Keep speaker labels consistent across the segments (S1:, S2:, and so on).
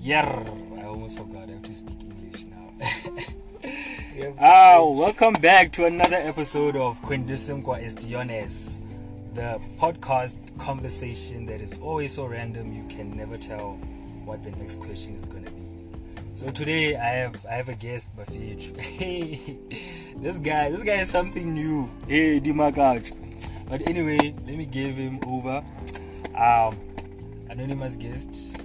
S1: Yarr, I almost forgot. I have to speak English now. Ah, welcome back to another episode of Quindisimqua Estiones, the podcast conversation that is always so random you can never tell what the next question is gonna be. So today I have I have a guest, Bafij. Hey, this guy, this guy is something new. Hey, Dimagaj. But anyway, let me give him over. Um, anonymous guest.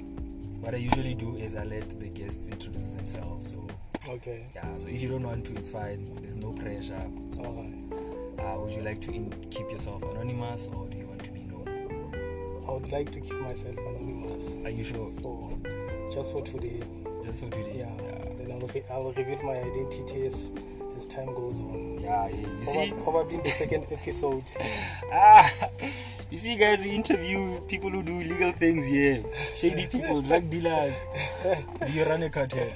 S1: What I usually do is I let the guests introduce themselves. So
S2: Okay.
S1: yeah, so if you don't want to, it's fine. There's no pressure.
S2: It's all right.
S1: Uh, would you like to in- keep yourself anonymous or do you want to be known?
S2: I would like to keep myself anonymous
S1: Are you sure?
S2: for just for today.
S1: Just for today?
S2: Yeah. Then I'll, re- I'll reveal my identity as, as time goes on.
S1: Yeah, yeah, you
S2: Proba-
S1: see,
S2: Probably in the second episode.
S1: ah, you see, guys, we interview people who do illegal things here, shady people, drug dealers. Do you run a cartel?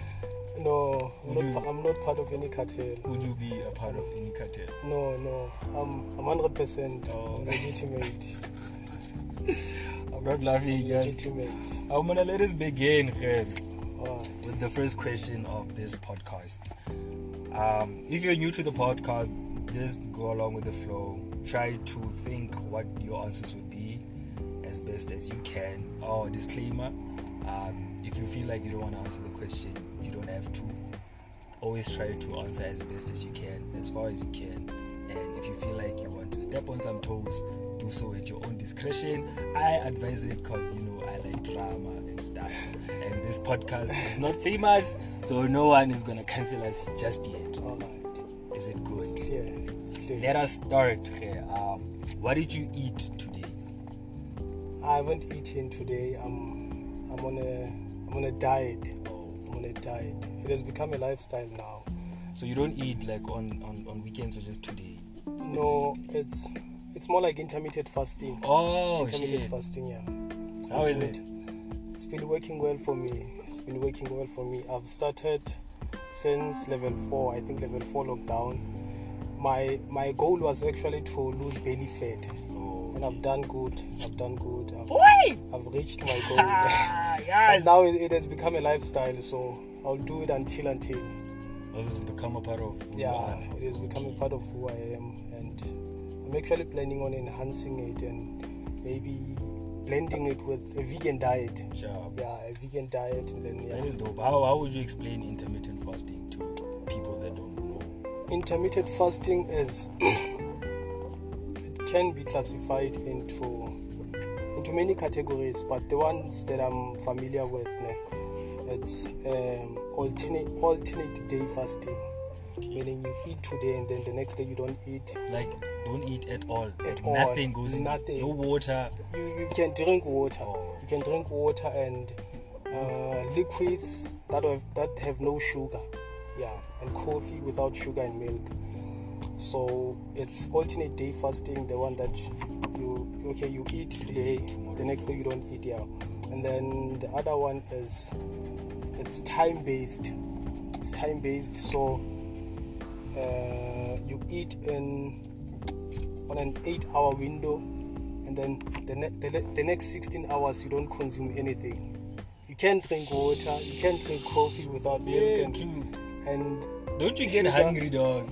S2: No, I'm
S1: Mhm.
S2: not, pa- I'm not part of any cartel.
S1: Would you be a part of any cartel?
S2: No, no. I'm, I'm 100%
S1: Oh.
S2: legitimate.
S1: I'm not laughing, guys.
S2: Legitimate.
S1: I'm gonna let us begin here
S2: Alright.
S1: with the first question of this podcast. Um, if you're new to the podcast, just go along with the flow. Try to think what your answers would be as best as you can. Oh, disclaimer um, if you feel like you don't want to answer the question, you don't have to. Always try to answer as best as you can, as far as you can. And if you feel like you want to step on some toes, do so at your own discretion. I advise it because you know I like drama and stuff. And this podcast is not famous, so no one is gonna cancel us just yet.
S2: Alright.
S1: Is it good?
S2: It's clear. It's clear.
S1: Let us start. here. Um, what did you eat today?
S2: I haven't eaten today. I'm, I'm on a, I'm on a diet.
S1: Oh,
S2: I'm on a diet. It has become a lifestyle now.
S1: So you don't eat like on, on, on weekends or just today?
S2: No, it's it's more like intermittent fasting.
S1: Oh
S2: intermittent
S1: shit!
S2: fasting, yeah.
S1: How
S2: I
S1: is
S2: do
S1: it?
S2: It's been working well for me. It's been working well for me. I've started since level four. I think level four lockdown. My my goal was actually to lose belly fat,
S1: Oh.
S2: and I've done good. I've done good. I've,
S1: Oi!
S2: I've reached my goal.
S1: Ah,
S2: but
S1: yes.
S2: now it, it has become a lifestyle, so I'll do it until until.
S1: This has become a part of. uh, who you
S2: yeah
S1: are.
S2: it has become a part of who i am and i'm actually planning on enhancing it and maybe blending it with a vegan diet
S1: Sure.
S2: yeah a vegan diet and then
S1: That
S2: yeah
S1: is dope. How, how would you explain intermittent fasting to people that don't know?
S2: intermittent fasting is it can be classified into into many categories but the ones that i'm familiar with ne, it's um, alternate alternate day fasting meaning you eat today and then the next day you don't eat
S1: Like, don't eat at all.
S2: At
S1: Like,
S2: all.
S1: nothing goes in.
S2: Nothing.
S1: No water.
S2: you, you can drink water.
S1: Oh.
S2: You can drink water and uh, liquids that have, that have no sugar. Yeah, and coffee without sugar and milk. So it's alternate day fasting, the one that you okay you eat today, the next day you don't eat. Yeah, and then the other one is it's time based. It's time based, so uh, you eat in on an eight hour window and then the, ne- the, le- the next 16 hours you don't consume anything you can't drink water you can't drink coffee without milk
S1: Yeah,
S2: and,
S1: true.
S2: and
S1: Don't you get
S2: Sugar.
S1: hungry, dog?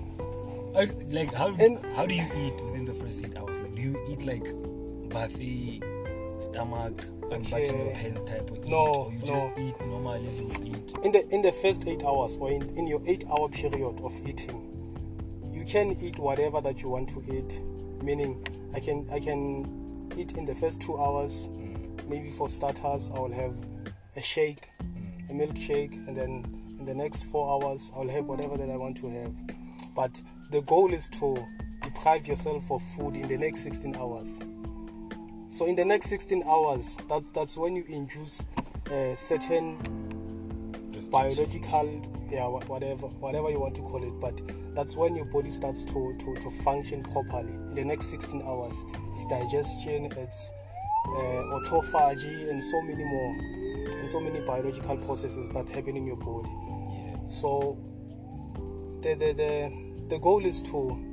S1: How- Like, how,
S2: And-
S1: how do you eat within the first eight hours? Like, do you eat like buffet, stomach, unbutton your
S2: Okay.
S1: pants type of eat?
S2: No,
S1: or you just
S2: no.
S1: eat normal as you eat?
S2: in the in the first eight hours or in, in your eight hour period of eating you can eat whatever that you want to eat meaning i can i can eat in the first two hours maybe for starters i'll have a shake a milkshake and then in the next four hours i'll have whatever that i want to have but the goal is to deprive yourself of food in the next 16 hours so in the next 16 hours that's that's when you induce uh, certain biological yeah wha- whatever whatever you want to call it but that's when your body starts to, to, to function properly in the next 16 hours it's digestion it's uh, autophagy and so many more and so many biological processes that happen in your body
S1: Yeah.
S2: so the the, the, the goal is to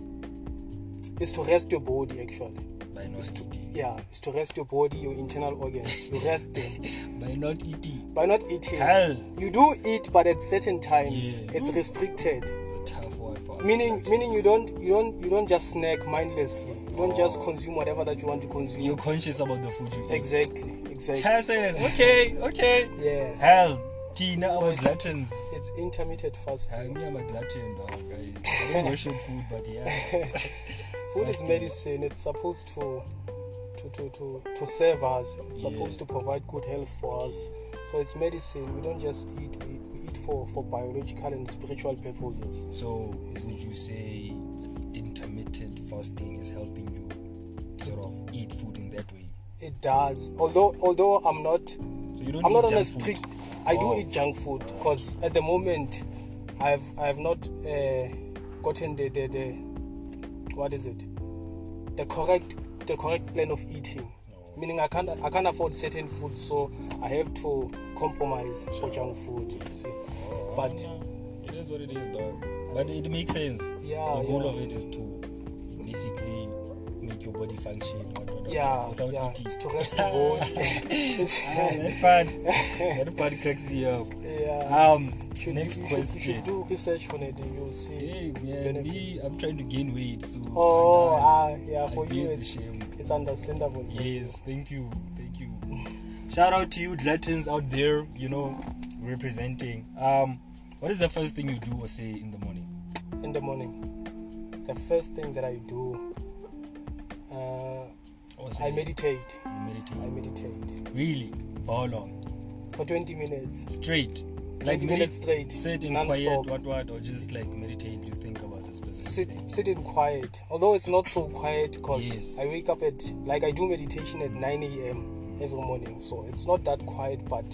S2: is to rest your body actually
S1: by not
S2: is to
S1: eating.
S2: yeah is to rest your body, your internal organs. You rest them
S1: By not eating.
S2: by not eating.
S1: Hell,
S2: You do eat, but at certain times
S1: Yeah.
S2: it's restricted.
S1: it's a tough one for us.
S2: Meaning,
S1: Like,
S2: meaning you don't you don't you don't just snack mindlessly. You don't just
S1: Oh.
S2: consume whatever that you want to consume.
S1: You're conscious about the food you eat.
S2: exactly, exactly.
S1: Chai says, okay, okay.
S2: Yeah.
S1: Hell, Tina,
S2: So
S1: our
S2: it's-
S1: gluttons.
S2: It's intermittent
S1: I
S2: fasting.
S1: me, I'm a glutton, dog. I, I don't worship food, but yeah.
S2: Food is
S1: fasting.
S2: medicine. It's supposed to to to to, to serve us. It's
S1: Yeah.
S2: supposed to provide good health for us. So it's medicine. We don't just eat. We, we eat for for biological and spiritual purposes.
S1: So, would you say intermittent fasting is helping you sort of eat food in that way?
S2: It does. Although although I'm not
S1: So you don't
S2: I'm
S1: eat
S2: not on a
S1: junk
S2: strict.
S1: food.
S2: I do
S1: Wow.
S2: eat junk food because at the moment, I've I've not uh, gotten the, the the what is it, the correct the correct plan of eating.
S1: No.
S2: Meaning I can't I can't afford certain foods, so I have to compromise for junk food. You see,
S1: Oh,
S2: but-
S1: no. it is what it is, dog. But it makes sense.
S2: yeah,
S1: the goal
S2: Ah, yeah,
S1: of it is to basically make your body function or whatever,
S2: yeah,
S1: without
S2: yeah.
S1: eating.
S2: It's to rest the body. It's-
S1: Ah, that part, that part cracks me up.
S2: yeah.
S1: Um,
S2: Should-
S1: next
S2: you should- You
S1: question.
S2: should do research on it. and You'll see.
S1: Hey man, me,
S2: benefits.
S1: I'm trying to gain weight, so
S2: Oh,
S1: I-
S2: ah, yeah.
S1: I
S2: For you,
S1: guess
S2: it's
S1: it's a shame.
S2: it's understandable.
S1: Yes, thank you, thank you. Shout out to you, gluttons out there. You know, representing. Um, what is the first thing you do or say in the morning?
S2: in the morning the first thing that i do uh,
S1: Or say
S2: i meditate
S1: you meditate.
S2: i meditate
S1: Really? For how long?
S2: for 20 minutes
S1: Straight.
S2: 20 minutes straight
S1: Sit in
S2: non-stop.
S1: quiet, what what, or just like meditate. You think about this
S2: sit
S1: specific thing.
S2: sit in quiet although it's not so quiet because
S1: Yes.
S2: i wake up at like i do meditation at 9 a.m every morning so it's not that quiet but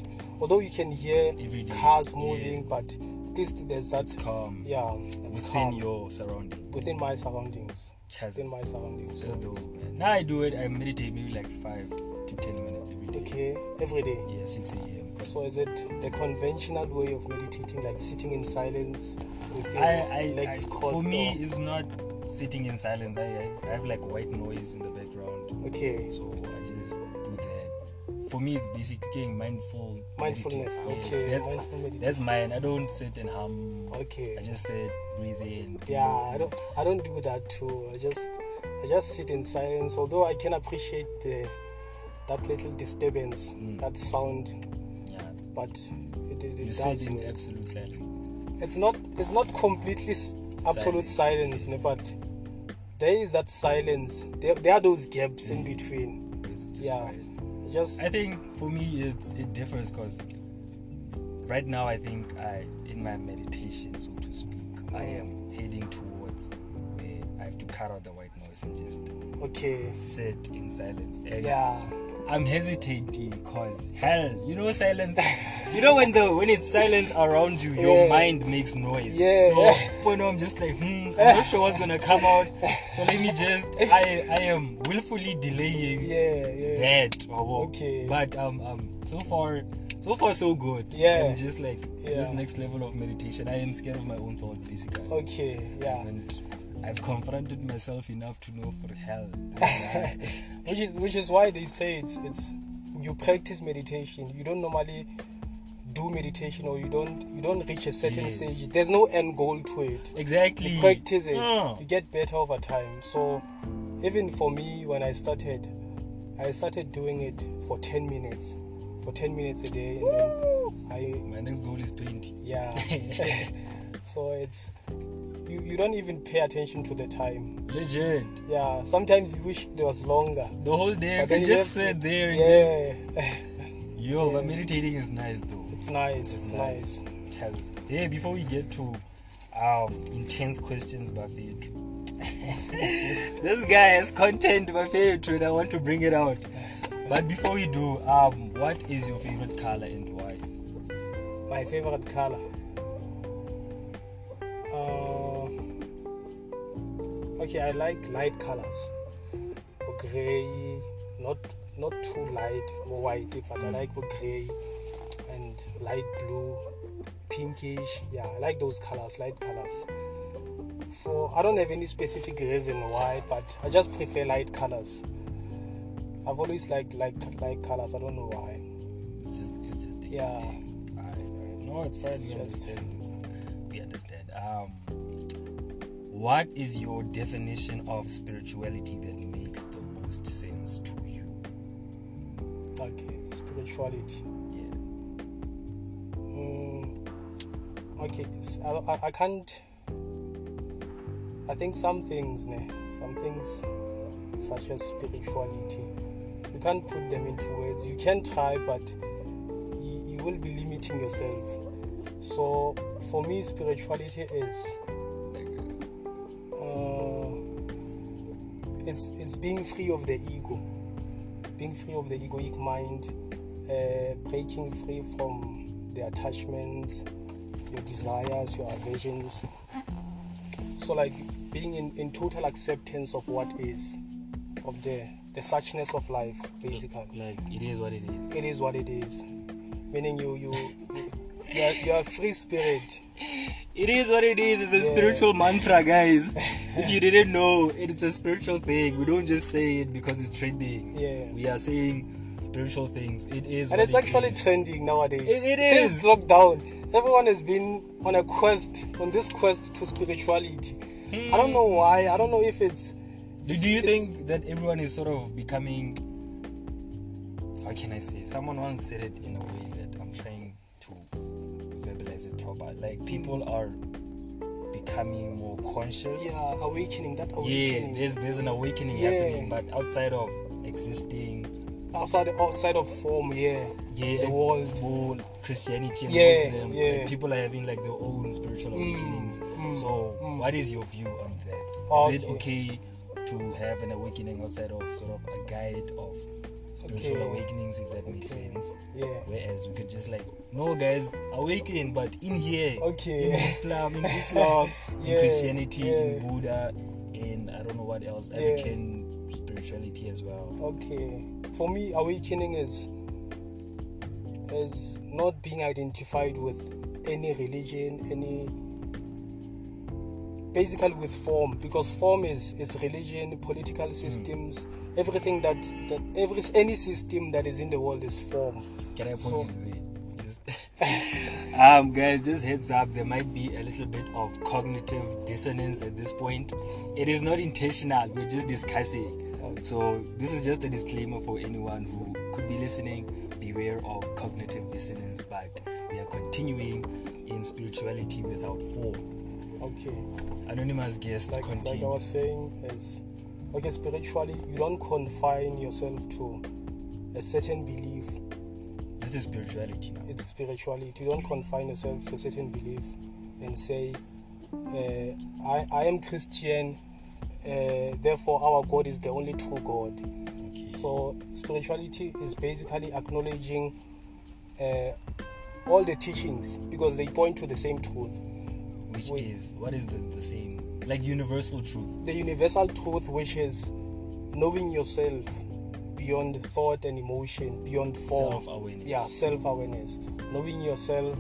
S2: although you can hear
S1: Every day.
S2: cars
S1: Yeah.
S2: moving but at least there's that
S1: Calm.
S2: yeah it's
S1: within
S2: calm
S1: your surrounding.
S2: within my surroundings
S1: Chazes.
S2: within my surroundings so
S1: That's
S2: it's-
S1: dope, man. Now I do it. I meditate maybe like five to ten minutes every day.
S2: okay every day
S1: Yeah, six a.m. 'Cause
S2: So is it the conventional way of meditating, like sitting in silence with your
S1: I, I, I
S2: legs
S1: for
S2: crossed?
S1: me it's not sitting in silence. I, I I have like white noise in the background,
S2: or- okay,
S1: so I just do that. For me, it's basically getting mindful.
S2: mindfulness.
S1: meditating. Yeah,
S2: Okay,
S1: that's
S2: mindful meditation.
S1: that's mine. I don't sit and hum. I
S2: Okay.
S1: just sit, breathe in.
S2: Yeah, I don't. I don't do that too. I just, I just sit in silence. Although I can appreciate the that little disturbance,
S1: Mm.
S2: that sound,
S1: Yeah,
S2: but it, it,
S1: you
S2: it
S1: sit
S2: does.
S1: in
S2: work.
S1: absolute silence.
S2: It's not. It's not completely s- absolute silence, ne, but there is that silence. There, there are those gaps in between.
S1: It's just
S2: Yeah.
S1: quiet.
S2: Just
S1: Mm. I think for me it's it differs because right now I think I in my meditation so to speak I
S2: Mm.
S1: am heading towards where I have to cut out the white noise and just
S2: okay.
S1: sit in silence. And
S2: Yeah.
S1: I'm hesitating because hell, you know silence you know when the when it's silence around you, your
S2: Yeah.
S1: mind makes noise.
S2: Yeah.
S1: So when I'm just like, hmm, I'm not sure what's gonna come out. So let me just I I am willfully delaying
S2: Yeah, yeah.
S1: that or what.
S2: Okay.
S1: But um um so far so far so good.
S2: Yeah.
S1: I'm just like this
S2: Yeah.
S1: next level of meditation. I am scared of my own thoughts basically.
S2: Okay, yeah.
S1: And I've confronted myself enough to know for hell. this is not-
S2: Which is which is why they say it's it's you practice meditation. You don't normally do meditation or you don't you don't reach a certain
S1: Yes.
S2: stage. There's no end goal to it.
S1: exactly. Ah.
S2: You practice it.
S1: Yeah.
S2: You get better over time. So even for me when I started I started doing it for 10 minutes. For 10 minutes a day and then I
S1: My next goal is twenty.
S2: yeah. so it's you, you don't even pay attention to the time.
S1: Legit.
S2: Yeah, sometimes you wish it was longer.
S1: The whole day I
S2: But
S1: can
S2: then you
S1: just
S2: have to-
S1: sit there and just
S2: Yeah,
S1: yo, but
S2: Yeah.
S1: meditating is nice though.
S2: it's nice. It's
S1: nice.
S2: nice.
S1: Tell- Hey, before we get to um, intense questions, Buffett, this guy has content, Buffett, and I want to bring it out. But before we do, um, what is your favorite color and why?
S2: My favorite color. Uh, okay, I like light colors. Gray, not not too light or white, but I like gray and light blue, pinkish. Yeah, I like those colors, light colors. For I don't have any specific reason why, but I just prefer light colors. I've always liked like like colors. I don't know why.
S1: It's just, it's just.
S2: Yeah.
S1: I, I, no, it's fine.
S2: It's
S1: we
S2: just-
S1: understand. It's, we understand. Um, what is your definition of spirituality that makes the most sense to you?
S2: Okay. Spirituality.
S1: Yeah.
S2: Mm, okay, s- I, I, I can't. I think some things, ne, some things such as spirituality, you can't put them into words. You can try, but you, you will be limiting yourself. So, for me, spirituality is uh, it's, it's being free of the ego, being free of the egoic mind, uh, breaking free from the attachments, your desires, your aversions. So, like being in, in total acceptance of what is, of the, the suchness of life, basically
S1: Like it is what it is.
S2: it is what it is meaning you you you're, you're a free spirit
S1: It is what it is. It's a
S2: Yeah.
S1: spiritual mantra, guys. if you didn't know, it's a spiritual thing. We don't just say it because it's trending.
S2: yeah
S1: We are saying spiritual things. It is.
S2: and
S1: what
S2: it's
S1: it
S2: actually
S1: is.
S2: trending nowadays
S1: It- it
S2: since
S1: is.
S2: lockdown everyone has been on a quest on this quest to spirituality i don't
S1: Hmm.
S2: know why i don't know if it's
S1: Do, do you
S2: It's-
S1: think that everyone is sort of becoming? How can I say? Someone once said it in a way that I'm trying to verbalize it proper. Like people are becoming more conscious.
S2: yeah awakening that
S1: Yeah,
S2: awakening
S1: there's there's an awakening
S2: Yeah.
S1: happening, but outside of existing,
S2: outside outside of form yeah
S1: yeah,
S2: the
S1: and
S2: world
S1: more Christianity and
S2: Yeah,
S1: Muslim, like,
S2: yeah. Mm.
S1: people are having like their own spiritual awakenings.
S2: Hmm.
S1: so, what is your view on that? Is it okay to have an awakening outside of sort of a guide of spiritual
S2: Okay.
S1: awakenings, if that makes
S2: Okay.
S1: sense?
S2: yeah
S1: Whereas we could just like, no, guys, awaken, but in here,
S2: Okay.
S1: in Islam, in Islam, in
S2: Yeah,
S1: Christianity, in
S2: yeah.
S1: Buddha, in I don't know what else,
S2: Yeah.
S1: African spirituality as well.
S2: okay for me awakening is is not being identified with any religion any basically with form because form is is religion political systems everything that that every any system that is in the world is form
S1: Can I pause
S2: So-
S1: you there? Just um, guys, just heads up, there might be a little bit of cognitive dissonance at this point. It is not intentional, we're just discussing.
S2: Um,
S1: So, this is just a disclaimer for anyone who could be listening. Beware of cognitive dissonance, but we are continuing in spirituality without form.
S2: okay
S1: Anonymous guest,
S2: like like I
S1: continue.
S2: was saying is okay spiritually you don't confine yourself to a certain belief
S1: this is spirituality now.
S2: it's spirituality. You don't confine yourself to a certain belief and say, uh, I, I am Christian, uh, therefore our God is the only true God.
S1: Okay.
S2: So, spirituality is basically acknowledging uh, all the teachings because they point to the same truth.
S1: Which
S2: wait.
S1: is, what is the, the same? Like universal truth.
S2: The universal truth, which is knowing yourself beyond thought and emotion, beyond form.
S1: Self awareness.
S2: yeah self-awareness knowing yourself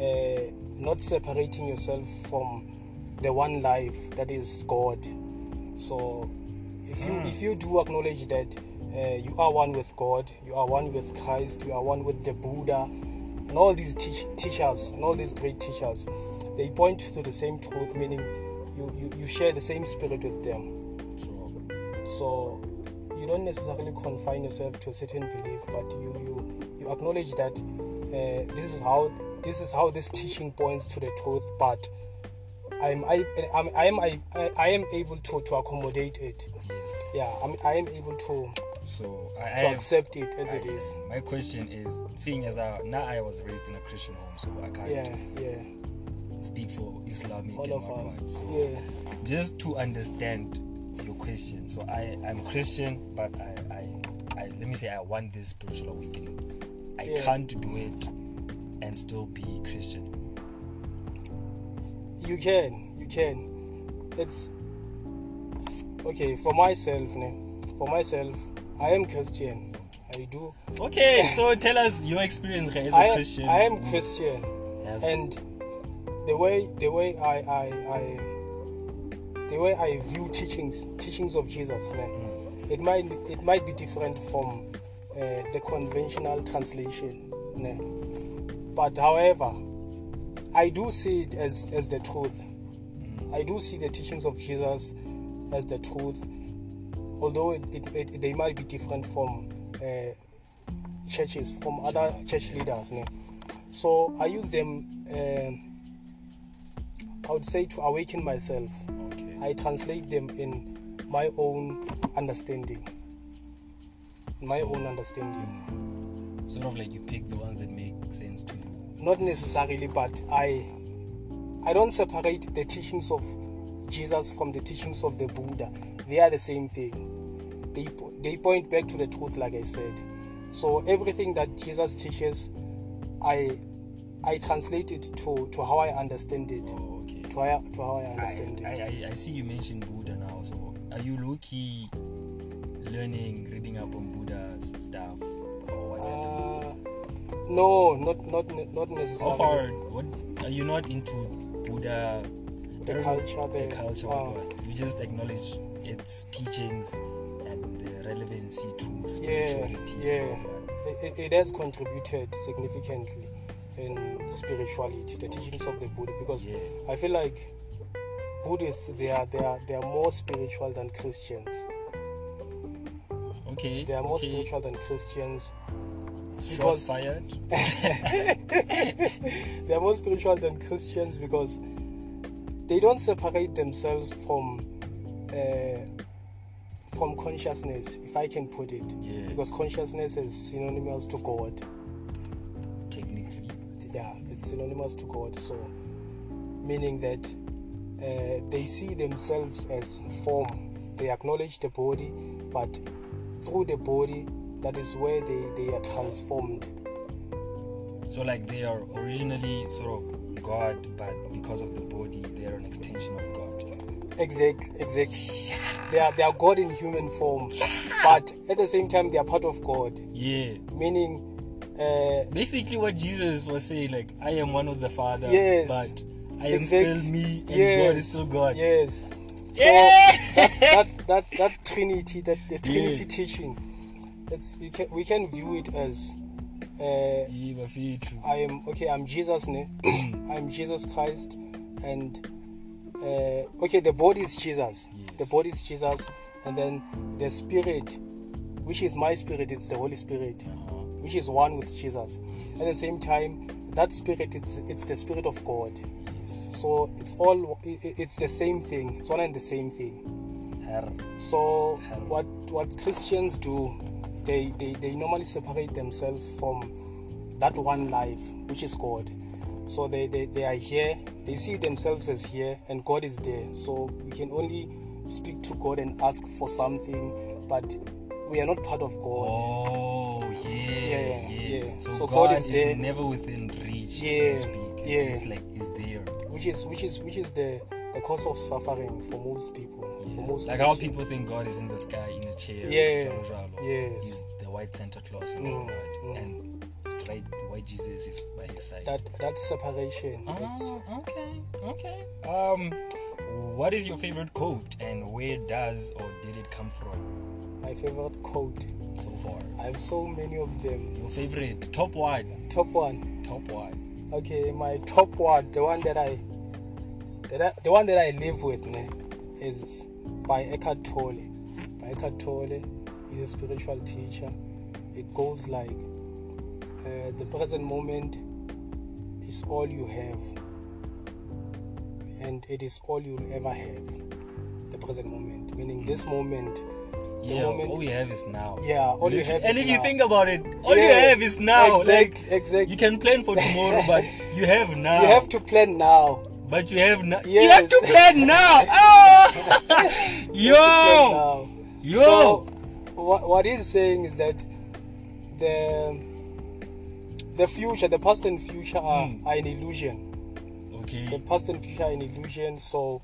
S2: uh, not separating yourself from the one life that is god so if you
S1: Mm.
S2: if you do acknowledge that uh, you are one with god you are one with christ you are one with the buddha and all these teach teachers and all these great teachers they point to the same truth meaning you, you, you share the same spirit with them
S1: So,
S2: so you don't necessarily confine yourself to a certain belief, but you you, you acknowledge that uh, this is how this is how this teaching points to the truth. But I'm I I'm, I am I, I I am able to to accommodate it.
S1: yes.
S2: Yeah, I'm I am able to
S1: So I,
S2: to
S1: I
S2: accept it as
S1: I-
S2: it is.
S1: My question is, seeing as I now I was raised in a Christian home, so I can't
S2: Yeah, yeah,
S1: speak for Islamic
S2: all
S1: and
S2: of
S1: whatnot.
S2: us.
S1: So
S2: Yeah,
S1: just to understand your question, so I I'm Christian, but I I, I let me say I want this spiritual awakening. I
S2: Yeah.
S1: can't do it and still be Christian.
S2: you can, you can. It's okay for myself. ne, For myself, I am Christian. I do
S1: Okay, so tell us your experience as a
S2: I am,
S1: Christian.
S2: I am
S1: who
S2: Christian,
S1: has-
S2: and the way the way I, I, I the way I view teachings teachings of Jesus, ne, It might it might be different from uh, the conventional translation, ne? but however, I do see it as as the truth. I do see the teachings of Jesus as the truth, although it, it, it, they might be different from uh, churches, from other church leaders. ne? So I use them, um I would say, to awaken myself.
S1: Okay.
S2: I translate them in my own understanding. My
S1: So-
S2: own understanding.
S1: sort of like you pick the ones that make sense to you.
S2: Not necessarily, but I I don't separate the teachings of Jesus from the teachings of the Buddha. They are the same thing. They po- they point back to the truth, like I said. So everything that Jesus teaches, I I translate it to, to how I understand it.
S1: Oh, okay.
S2: To how, to how I
S1: I,
S2: understand it.
S1: I, I, I see you mentioned Buddha now. So are you low key learning, reading up on Buddha's stuff, or what's happening?
S2: Uh, no, not not ne- not
S1: How
S2: necessarily.
S1: far? What are you not into Buddha?
S2: The
S1: I don't know,
S2: culture,
S1: the,
S2: the-
S1: culture.
S2: uh,
S1: whatever. you just acknowledge its teachings and the relevancy to spirituality.
S2: yeah.
S1: So,
S2: It, it has contributed significantly in spirituality, the teachings of the Buddha, because
S1: yeah.
S2: I feel like Buddhists they are they are they are more spiritual than Christians.
S1: Okay.
S2: They are more
S1: okay.
S2: spiritual than Christians.
S1: Shots
S2: because-
S1: fired.
S2: They are more spiritual than Christians because they don't separate themselves from uh, from consciousness, if I can put it.
S1: Yeah.
S2: Because consciousness is synonymous to God.
S1: Technically.
S2: yeah, it's synonymous to God. So, meaning that uh, they see themselves as form. They acknowledge the body, but through the body, that is where they, they are transformed.
S1: So like they are originally sort of God, but because of the body, they are an extension of God.
S2: Exact, exact. They are they are God in human form, but at the same time, they are part of God.
S1: Yeah.
S2: Meaning, uh,
S1: Basically, what Jesus was saying, like I am one of the Father,
S2: Yes.
S1: but I am
S2: Exact-
S1: still me, and
S2: yes,
S1: God is still God.
S2: Yes. So
S1: Yeah.
S2: that, that that that Trinity, that the Trinity
S1: Yeah.
S2: teaching, it's you can, we can view it as. Uh,
S1: Yeah, but feel true.
S2: I am okay. I'm Jesus. Ne? I'm Jesus Christ, and uh, okay, the body is Jesus.
S1: Yes.
S2: The body is Jesus, and then the spirit, which is my spirit, it's the Holy Spirit,
S1: Uh-huh.
S2: which is one with Jesus. At the same time, that spirit, it's it's the spirit of God.
S1: Yes.
S2: So it's all i- i- it's the same thing. It's one and the same thing.
S1: Her.
S2: So what what Christians do, they they, they normally separate themselves from that one life, which is God. So they, they, they are here, they see themselves as here, and God is there. So we can only speak to God and ask for something, but we are not part of God.
S1: Oh yeah.
S2: Yeah, yeah, yeah.
S1: So,
S2: So
S1: God,
S2: God
S1: is,
S2: is there.
S1: never within reach, so
S2: Yeah,
S1: to speak. It's
S2: yeah.
S1: just like it's there.
S2: Which is which is which is the, the cause of suffering for most people.
S1: Yeah.
S2: For most
S1: Like how
S2: Christians.
S1: people think God is in the sky in a chair.
S2: Yeah.
S1: jalo, jalo.
S2: Yes.
S1: He's the white Santa Claus and
S2: Mm,
S1: all that.
S2: mm.
S1: And right, white Jesus is by his side.
S2: that that separation.
S1: Ah,
S2: It's
S1: okay, okay. Um, what is your favorite quote and where does or did it come from
S2: my favorite quote.
S1: so far?
S2: I have so many of them.
S1: Your favorite top one,
S2: Top one.
S1: top one.
S2: Okay, my top one, the one that I, that I the one that I live with, ne, is by Eckhart Tolle. By Eckhart Tolle, he's a spiritual teacher. It goes like, uh, the present moment is all you have, and it is all you'll ever have. The present moment, meaning this moment.
S1: Yeah,
S2: moment-
S1: all we have is now.
S2: Yeah, all you
S1: Literally-
S2: have.
S1: And
S2: is
S1: if you
S2: now.
S1: think about it, all you
S2: Yeah,
S1: have is now.
S2: Exact,
S1: Like,
S2: exact.
S1: you can plan for tomorrow, but you have now.
S2: You have to plan now.
S1: But you have no- you have
S2: Yes.
S1: to plan now. Oh!
S2: Plan
S1: yo,
S2: now.
S1: yo.
S2: So, what, what he's saying is that the the future, the past and future are,
S1: Hmm.
S2: are an illusion. The
S1: okay.
S2: past and future are an illusion. So,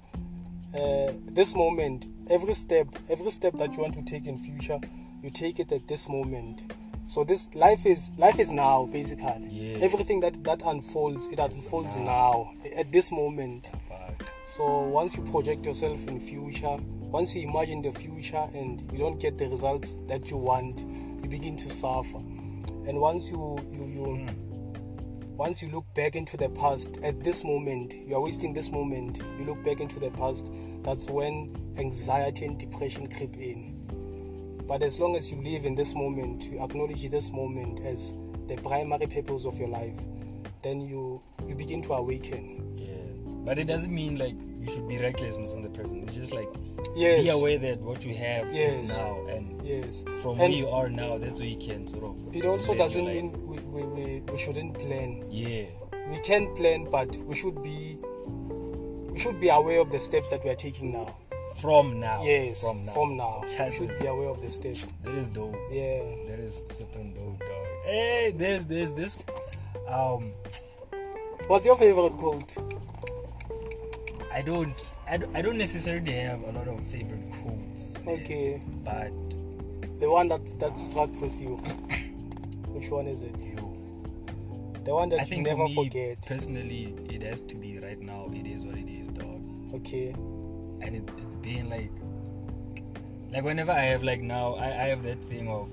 S2: uh, this moment, every step, every step that you want to take in future, you take it at this moment. So this life is life is now basically.
S1: Yeah.
S2: Everything that that unfolds, it unfolds now at this moment.
S1: Fuck.
S2: So once you project yourself in future, Once you imagine the future and you don't get the results that you want, you begin to suffer. And once you you, you once you look back into the past, at this moment, you are wasting this moment, you look back into the past, that's when anxiety and depression creep in. But as long as you live in this moment, you acknowledge this moment as the primary purpose of your life, then you you begin to awaken.
S1: Yeah. But it doesn't mean like you should be reckless, missing the present. It's just like
S2: Yes.
S1: be aware that what you have is
S2: Yes.
S1: now, and
S2: Yes.
S1: from where
S2: And
S1: you are now, that's where you can sort of.
S2: it also
S1: live your
S2: doesn't
S1: life.
S2: mean we, we, we, we shouldn't plan.
S1: Yeah.
S2: We can plan but we should be we should be aware of the steps that we are taking now.
S1: From now.
S2: yes.
S1: From now.
S2: We should
S1: Chances.
S2: be aware of the steps.
S1: That is dope.
S2: Yeah.
S1: That is super dope, dog. Hey, there's there's this. Um,
S2: What's your favorite quote?
S1: I don't I, don't- I don't necessarily have a lot of favorite quotes. man.
S2: Okay.
S1: But
S2: The one that, that struck with you. Which one is it?
S1: yo,
S2: The one that
S1: I
S2: you
S1: think
S2: never
S1: for me
S2: forget.
S1: personally, it has to be right now. It is what it is, dog.
S2: Okay.
S1: and it's it's been like like whenever I have like now I, I have that thing of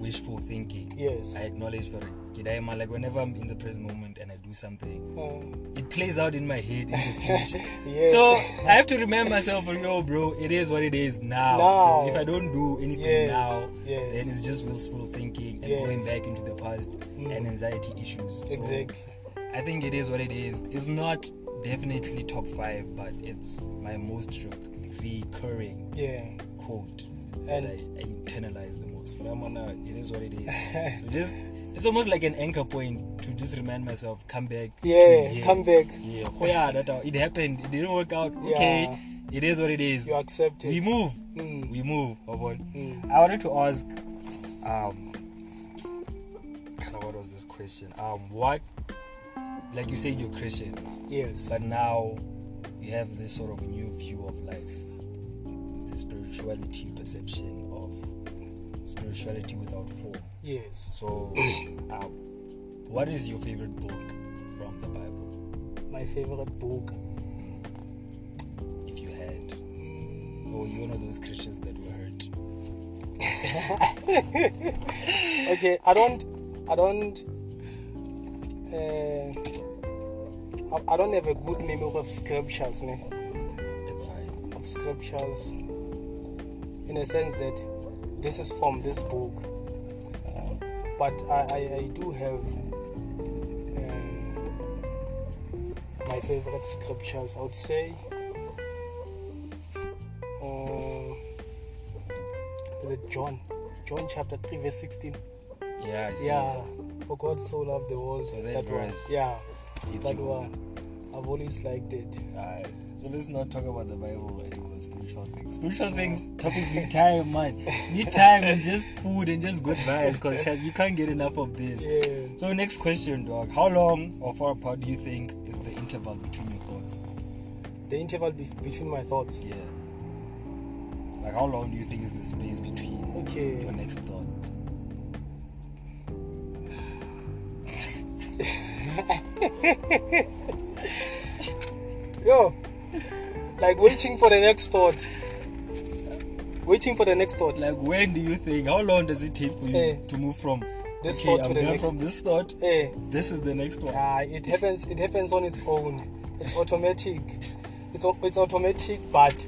S1: wishful thinking.
S2: Yes.
S1: I acknowledge for Kidaima like whenever I'm in the present moment and I do something,
S2: Uh,
S1: it plays out in my head in the future.
S2: yes.
S1: So I have to remind myself, yo, bro, it is what it is now. So
S2: Now.
S1: if I don't do anything
S2: Yes,
S1: now,
S2: yes.
S1: then it's just wishful thinking and
S2: Yes.
S1: going back into the past and anxiety issues. So
S2: Mm. exactly.
S1: I think it is what it is. It's not definitely top five, but it's my most re- recurring
S2: Yeah.
S1: quote that I, I internalize the most. But I'm gonna, it is what it is. so just, it's almost like an anchor point to just remind myself, come back. to
S2: Yeah.
S1: here.
S2: Come back.
S1: Yeah, oh yeah, that uh, it happened. It didn't work out.
S2: Yeah.
S1: Okay, it is what it is.
S2: You accept it.
S1: We move.
S2: Mm.
S1: We move. About.
S2: Mm.
S1: I wanted to ask, um, kind of what was this question? Um, what, like you said, you're Christian,
S2: Yes.
S1: but now you have this sort of new view of life, the spirituality perception of spirituality without form.
S2: yes.
S1: So, um, what is your favorite book from the Bible,
S2: My favorite book.
S1: if you had? Or you're one of those Christians that were hurt.
S2: Okay. I don't. I don't. Uh, I, I don't have a good memory of scriptures. Ne?
S1: It's fine.
S2: Of scriptures. In a sense that this is from this book. But I, I, I do have um, my favorite scriptures. I would say. Uh, is it John? John chapter 3, verse 16.
S1: Yeah, I see.
S2: Yeah, for God so loved the world
S1: So that verse,
S2: one. Yeah,
S1: It's
S2: that
S1: you.
S2: one. I've always liked it.
S1: Alright. So let's not talk about the Bible anymore. Spiritual things. Spiritual things. Topics need time, man. Need time and just food and just good vibes. Cause you can't get enough of this.
S2: Yeah.
S1: So next question, dog. How long or far apart do you think is the interval between your thoughts?
S2: The interval be- between my thoughts.
S1: Yeah. Like how long do you think is the space between your
S2: Okay.
S1: next thought?
S2: Yo, like waiting for the next thought. Waiting for the next thought.
S1: Like when do you think? How long does it take for you
S2: Eh.
S1: to move from
S2: This
S1: okay,
S2: thought to
S1: I'm
S2: the
S1: done
S2: next.
S1: from this thought.
S2: Eh,
S1: This is the next one.
S2: ah, it happens. It happens on its own. It's automatic. It's au- it's automatic. But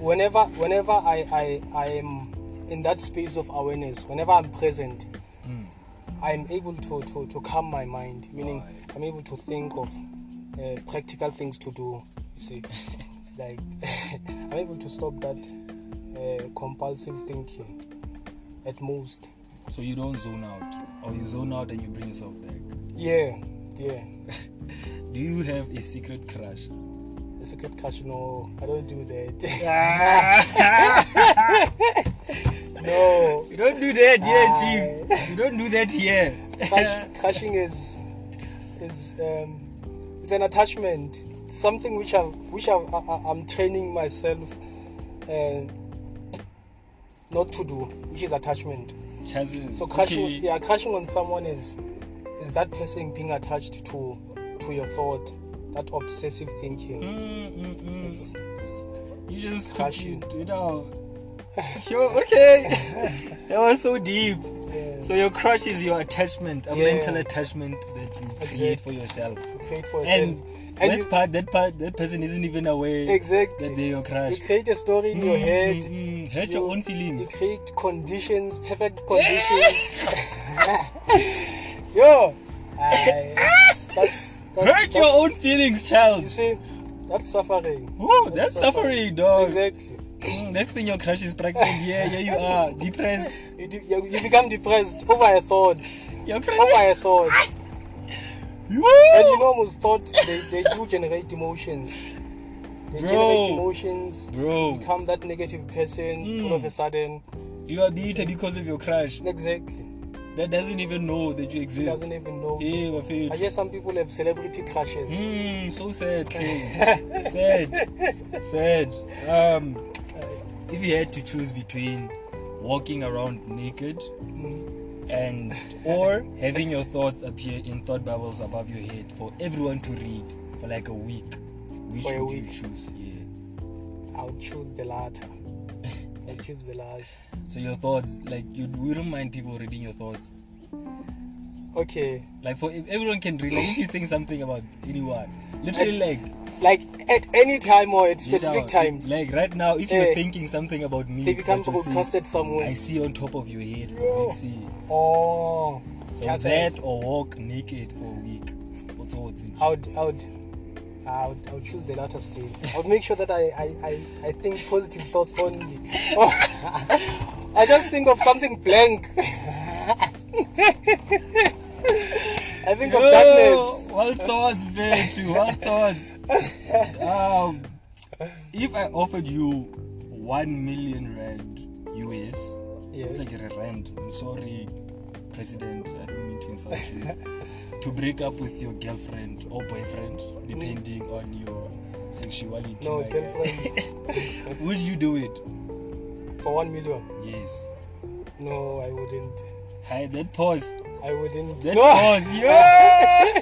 S2: whenever whenever I I I am in that space of awareness, whenever I'm present,
S1: Mm.
S2: I'm able to, to, to calm my mind, meaning
S1: Right.
S2: I'm able to think of uh, practical things to do. You see, like I'm able to stop that uh, compulsive thinking at most.
S1: So you don't zone out, or you zone out and you bring yourself back.
S2: Yeah, yeah.
S1: Do you have a secret crush?
S2: It's a good catch. No, I don't do that. Ah. no,
S1: You don't do that here,
S2: Aye.
S1: Chief. You don't do that here.
S2: catch, catching is is um, it's an attachment. It's something which I which I, I I- I'm training myself. Uh, not to do, which is attachment.
S1: Chances.
S2: So crashing,
S1: okay.
S2: yeah, crashing on someone is is that person being attached to to your thought, that obsessive thinking.
S1: Mm, mm, mm.
S2: It's, it's-
S1: You just took
S2: Crushing.
S1: it, you know. Sure, okay. that was so deep.
S2: Yeah.
S1: So your crush is your attachment, a
S2: Yeah.
S1: mental attachment that you create for yourself.
S2: You create for
S1: And,
S2: yourself.
S1: this
S2: you,
S1: part, that part, that person isn't even aware
S2: exactly.
S1: that they're your crush.
S2: You create a story in your head.
S1: Mm, mm, mm. Hurt
S2: You-
S1: your own
S2: You
S1: feelings.
S2: create conditions, perfect conditions. Yo, I, that's, that's,
S1: Hurt
S2: that's
S1: your own feelings, child.
S2: You see, that's suffering.
S1: Oh, that's suffering, dog.
S2: Exactly.
S1: Mm, next thing your crush is pregnant. Yeah, yeah, you are depressed.
S2: You, do, you, you become depressed over a thought.
S1: Your crush.
S2: Over a thought.
S1: Woo!
S2: And you know, most thought they, they do generate emotions. They
S1: Bro.
S2: generate emotions.
S1: Bro,
S2: Become that negative person
S1: Hmm.
S2: all of a sudden.
S1: you are bitter because of your crush
S2: Exactly.
S1: that doesn't even know that you
S2: He
S1: exist.
S2: doesn't even know.
S1: Yeah, my
S2: I
S1: favorite.
S2: hear some people have celebrity crushes.
S1: Mm, so sad, King. sad, sad. Um, if you had to choose between walking around naked and
S2: Mm-hmm.
S1: or having your thoughts appear in thought bubbles above your head for everyone to read for like a week, which
S2: For a
S1: would you
S2: week.
S1: choose? Yeah.
S2: I'll choose the latter. I'll choose the latter.
S1: So your thoughts, like you wouldn't mind people reading your thoughts.
S2: Okay.
S1: Like for if everyone can read. Like if you think something about anyone, literally like
S2: Like at any time or at
S1: you
S2: specific
S1: know,
S2: times,
S1: Like right now, if
S2: Eh,
S1: you're thinking something about me,
S2: they become
S1: that you see,
S2: broadcasted somewhere.
S1: I see on top of your head.
S2: Yo.
S1: I see.
S2: Oh,
S1: So
S2: Chat
S1: that
S2: size.
S1: or walk naked for a week. What's all it's in-
S2: I would, I would, I would, I would choose the latter stage. I would make sure that I, I, I, I think positive thoughts only. I just think of something blank. I think
S1: Yo,
S2: of darkness.
S1: What thoughts, Betty? What thoughts? um, if I offered you one million rand US,
S2: Yes.
S1: like a rand. I'm sorry, President. I don't mean to insult you. to break up with your girlfriend or boyfriend, depending on your sexuality.
S2: Mm. No,
S1: my guy.
S2: girlfriend.
S1: Would you do it?
S2: For one million.
S1: Yes.
S2: No, I wouldn't.
S1: Hi, that pause.
S2: I wouldn't.
S1: That
S2: no.
S1: pause. Yeah.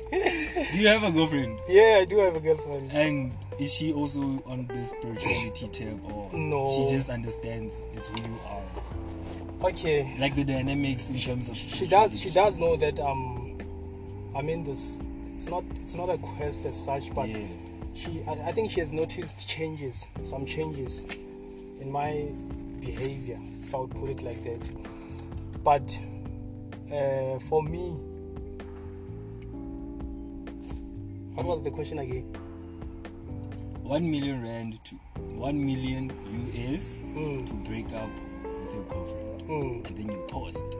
S1: do you have a girlfriend?
S2: Yeah, I do have a girlfriend.
S1: And is she also on the spirituality tab or
S2: No.
S1: she just understands it's who you are?
S2: Okay.
S1: Like the dynamics in terms of
S2: She does.
S1: spirituality.
S2: She does know that um, I'm in this. It's not. It's not a quest as such, but
S1: Yeah.
S2: she. I, I think she has noticed changes. Some changes in my behavior, if I would put it like that. But uh, for me, what was the question again?
S1: one million rand to one million US
S2: Mm,
S1: to break up with your girlfriend.
S2: mm.
S1: And then you paused.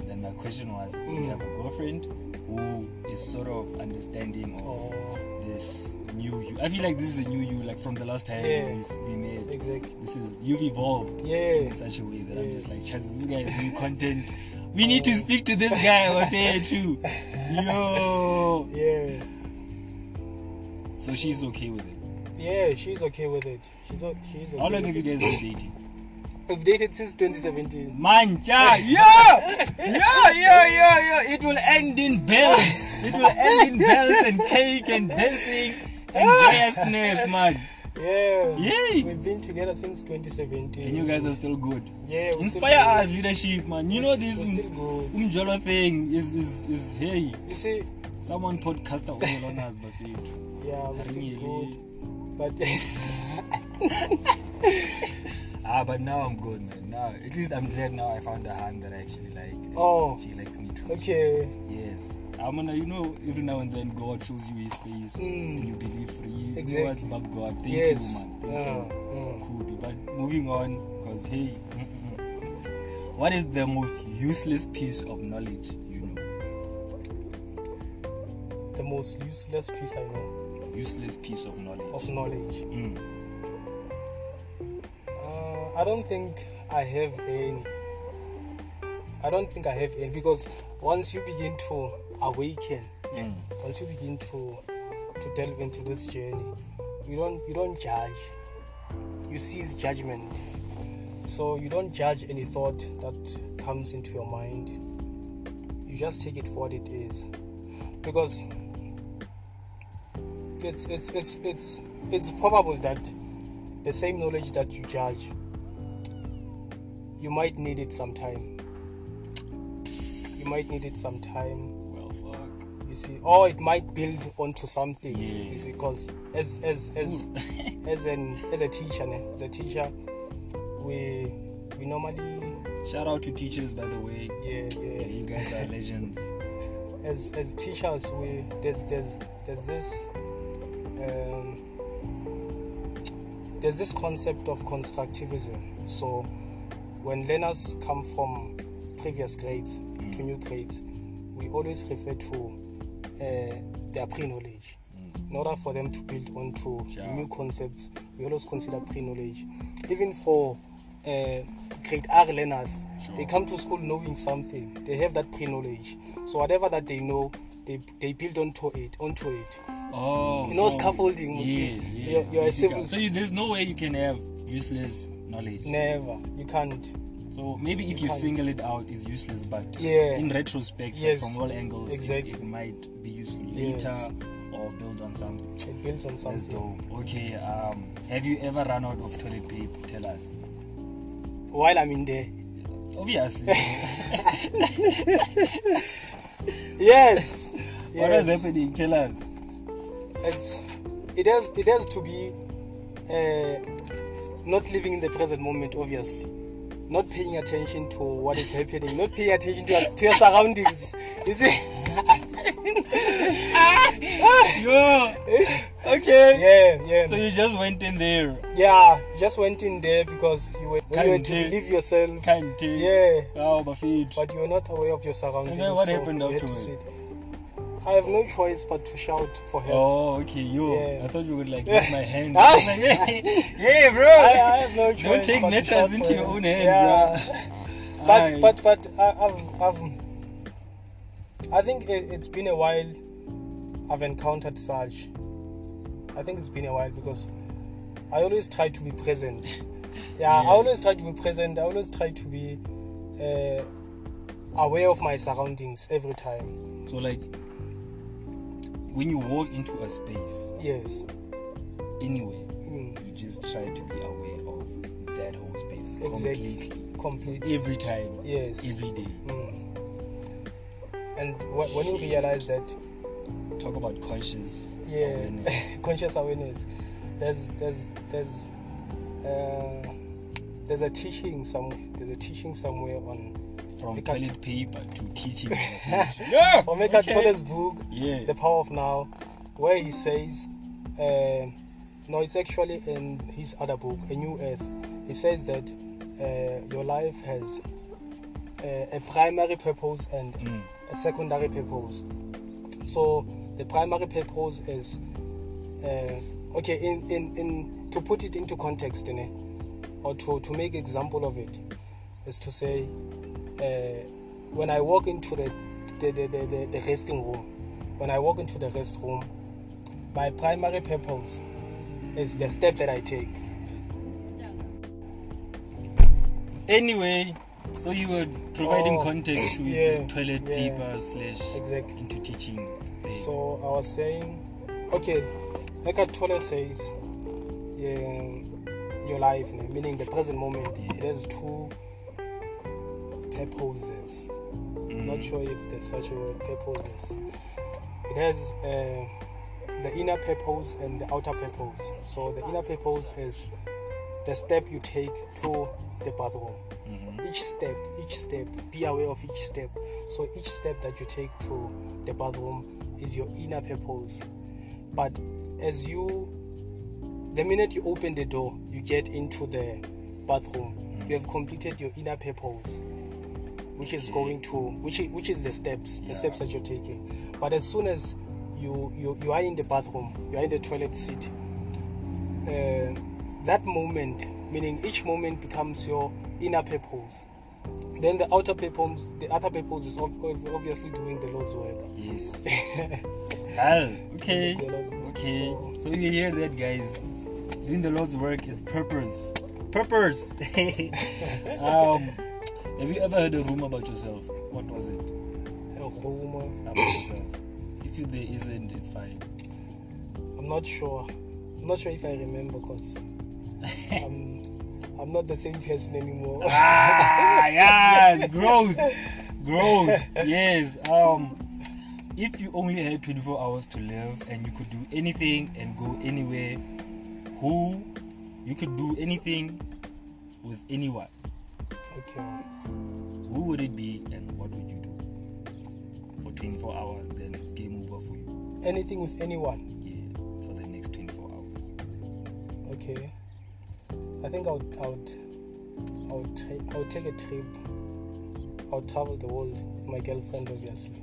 S1: And then my question was, do
S2: Mm.
S1: you have a girlfriend who is sort of understanding of
S2: Oh,
S1: this new you? I feel like this is a new you, like from the last time
S2: Yeah.
S1: we, s- we met.
S2: exactly.
S1: This is you've evolved
S2: Yeah.
S1: in such a way that I'm just
S2: Yes. Oh.
S1: like, Chaz, this guy is new content. We need to speak to this guy, Wafea too. Yo.
S2: Yeah.
S1: So she's okay with it.
S2: Yeah, she's okay with it. She's o- she's okay.
S1: How long
S2: with
S1: have you
S2: it.
S1: guys been dating?
S2: We've dated since 2017.
S1: Manja, yeah, yeah, yeah, yeah, yeah. It will end in bells. It will end in bells and cake and dancing and joyousness, man.
S2: Yeah.
S1: Yay!
S2: We've been together since 2017.
S1: And you guys are still good.
S2: Yeah. we're still
S1: Inspire
S2: good.
S1: us, leadership, man. You know
S2: We're
S1: this
S2: still- We're still good.
S1: umjolo thing is is is hey.
S2: You see,
S1: Someone podcaster all on us, but you.
S2: yeah, we're still good. But
S1: Ah, but now I'm good, man. Now at least I'm glad now I found a hand that I actually like. and
S2: Oh.
S1: she likes me too.
S2: okay,
S1: Yes. I'm gonna, you know, every now and then God shows you his face
S2: Mm.
S1: and you believe free. You
S2: Exactly.
S1: know what, but God, thank
S2: yes,
S1: you, man. Thank
S2: yeah,
S1: you.
S2: mm.
S1: Kubi. But moving on, because hey, what is the most useless piece of knowledge you know?
S2: the most useless piece I know
S1: Useless piece of knowledge.
S2: of knowledge.
S1: Mm.
S2: Uh, I don't think I have any. I don't think I have any because once you begin to awaken,
S1: Mm.
S2: once you begin to to delve into this journey you don't you don't judge you cease judgment so you don't judge any thought that comes into your mind you just take it for what it is because it's it's it's it's, it's probable that the same knowledge that you judge, you might need it sometime. You might need it sometime.
S1: Well, fuck.
S2: You see, or it might build onto something.
S1: Yeah.
S2: You see, because as as as as an as a teacher, ne, as a teacher, we we normally
S1: Shout out to teachers, by the way.
S2: yeah
S1: Yeah, you guys are legends.
S2: as as teachers we there's there's there's this um, there's this concept of constructivism so when learners come from previous grades
S1: Mm,
S2: to new grades we always refer to uh, their pre-knowledge
S1: Mm.
S2: in order for them to build onto
S1: Sure.
S2: new concepts we always consider pre-knowledge even for uh, grade r learners
S1: Sure.
S2: they come to school knowing something they have that pre-knowledge so whatever that they know they, they build onto it onto it
S1: Oh,
S2: You know, scaffolding,
S1: Yeah,
S2: you-
S1: yeah.
S2: you're- you're a
S1: You
S2: civil-
S1: can- So you, there's no way you can have useless knowledge.
S2: never you can't
S1: So maybe if you
S2: Can't.
S1: single it out, it's useless. But
S2: Yeah.
S1: in retrospect, like,
S2: Yes.
S1: from all angles, it-
S2: Exactly.
S1: it, might be useful
S2: Yes.
S1: later or build on something.
S2: it builds on
S1: That's
S2: something
S1: dope. Okay. Um, have you ever run out of toilet paper? Tell us.
S2: while i'm in there
S1: Obviously.
S2: yes
S1: What
S2: yes.
S1: was happening? Tell us.
S2: it's it has it has to be uh, not living in the present moment obviously not paying attention to what is happening not paying attention to your, to your surroundings you see
S1: Yo. okay.
S2: yeah yeah
S1: So you just went in there.
S2: yeah you just went in there because you were, you were
S1: Can't
S2: to
S1: take-
S2: believe yourself
S1: Can't take.
S2: yeah
S1: Oh, my feet.
S2: but you were not aware of your surroundings
S1: And then what
S2: so
S1: happened
S2: you had to
S1: afterward?
S2: sit. i have no choice but to shout for help
S1: Oh, okay, yo.
S2: Yeah.
S1: I thought you would like lift my hand.
S2: Ah.
S1: It's like, hey, hey, bro.
S2: I, I have no choice
S1: Don't take
S2: but to
S1: matters
S2: shout
S1: into
S2: for
S1: your
S2: help.
S1: own hand,
S2: yeah.
S1: bro.
S2: but but but I, I've I've I think it, it's been a while. I've encountered such. I think it's been a while because I always try to be present. yeah, I
S1: Yeah.
S2: always try to be present. I always try to be uh, aware of my surroundings every time.
S1: so like, when you walk into a space,
S2: Yes.
S1: anywhere,
S2: Mm.
S1: you just try to be aware of that whole space
S2: Exactly.
S1: completely,
S2: Complete.
S1: every time,
S2: Yes.
S1: every day.
S2: Mm. And wh- when you realize that
S1: Talk about conscious
S2: Yeah.
S1: awareness.
S2: conscious awareness there's there's there's uh, there's a teaching somewhere there's a teaching somewhere on
S1: from
S2: Make a-
S1: toilet paper to teaching. yeah.
S2: from Eckhart
S1: okay.
S2: Tolle's book
S1: Yeah.
S2: The Power of Now where he says uh, no it's actually in his other book A New Earth he says that uh, your life has uh, a primary purpose and
S1: Mm.
S2: a secondary purpose. So the primary purpose is uh, okay. In, in in to put it into context, in or to to make example of it, is to say, uh, when I walk into the the, the, the, the the resting room, when I walk into the rest room, my primary purpose is the step that I take.
S1: Anyway, so you were providing
S2: Oh,
S1: context to
S2: yeah,
S1: the toilet
S2: yeah.
S1: paper slash
S2: Exactly.
S1: into teaching. thing.
S2: So I was saying, okay, Eckhart Tolle says, yeah, your life, ne, meaning the present moment,
S1: Yeah.
S2: it has two purposes.
S1: Mm.
S2: Not sure if there's such a word, purposes. It has uh, the inner purpose and the outer purpose. So the inner purpose is the step you take to the bathroom
S1: Mhm.
S2: each step each step be aware of each step so each step that you take to the bathroom is your inner purpose but as you the minute you open the door you get into the bathroom you have completed your inner purpose which is going to which is, which is the steps
S1: Yeah.
S2: the steps that you're taking but as soon as you you, you are in the bathroom you are in the toilet seat uh, that moment, meaning each moment becomes your inner purpose. Then the outer purpose, the outer purpose is ob- ob- obviously doing the Lord's work.
S1: Yes. Hell, okay.
S2: Doing the Lord's work.
S1: Okay.
S2: So-
S1: So you hear that, guys? Doing the Lord's work is purpose. Purpose. um, have you ever heard a rumor about yourself? What was it
S2: a rumor.
S1: about yourself? If you, there isn't, it's fine.
S2: I'm not sure. I'm not sure if I remember because I'm, I'm not the same person anymore.
S1: ah, yes, growth, growth. Yes. Um, if you only had 24 hours to live and you could do anything and go anywhere, who you could do anything with anyone,
S2: okay.
S1: who would it be and what would you do for 24 hours? Then it's game over for you.
S2: Anything with anyone.
S1: Yeah, for the next 24 hours.
S2: Okay. I think I would, I would, I would, ta- I would take a trip. I would travel the world with my girlfriend, obviously.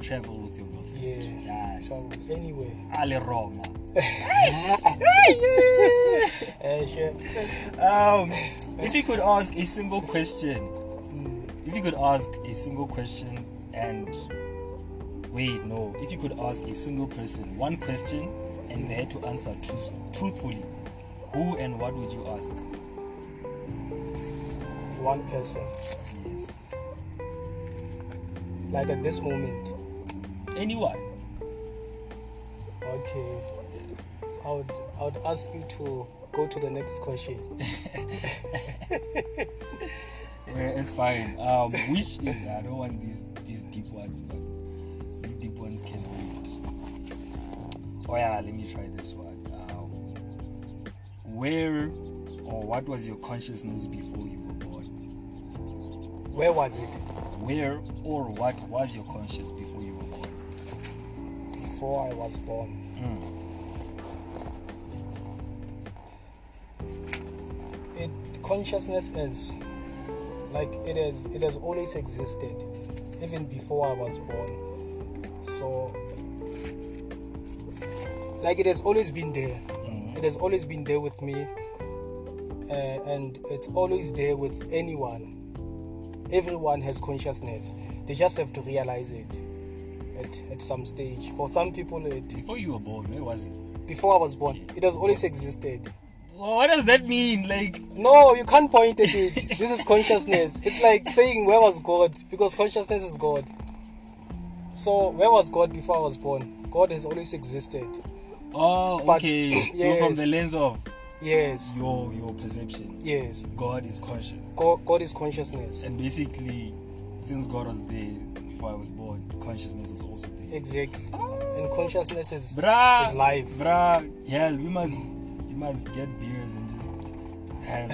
S1: Travel with your girlfriend.
S2: Yeah.
S1: Yes.
S2: Travel anywhere.
S1: Ale Roma.
S2: Uh, sure.
S1: Um, if you could ask a single question,
S2: Mm,
S1: if you could ask a single question and wait, no, if you could ask a single person one question and they had to answer truth, truthfully, who and what would you ask?
S2: one person.
S1: Yes,
S2: Like at this moment.
S1: anyone.
S2: Okay. I would, I would ask you to go to the next question.
S1: Yeah, it's fine. Um, which is I don't want these these deep ones, but these deep ones can wait. Oh yeah, let me try this one. Um, where or what was your consciousness before you were born?
S2: Where was it?
S1: Where or what was your conscience before you were born?
S2: Before I was born. It consciousness is like it is it has always existed even before I was born. So like it has always been there. It has always been there with me. Uh, and it's always there with anyone. Everyone has consciousness. They just have to realize it at, at some stage. For some people, it
S1: Before you were born, where was it?
S2: before I was born, it has always existed.
S1: Well, what does that mean? Like,
S2: No, you can't point at it. this is consciousness. It's like saying, Where was God? Because consciousness is God. So, where was God before I was born? God has always existed.
S1: oh,
S2: But-
S1: okay. So from
S2: yes.
S1: the lens of
S2: Yes,
S1: your your perception,
S2: yes.
S1: God is conscious,
S2: God, God is consciousness.
S1: and basically, since God was there before I was born, consciousness was also there.
S2: Exactly. And consciousness is.
S1: Bruh,
S2: It's life.
S1: Bruh, yeah, we must we must get beers and just have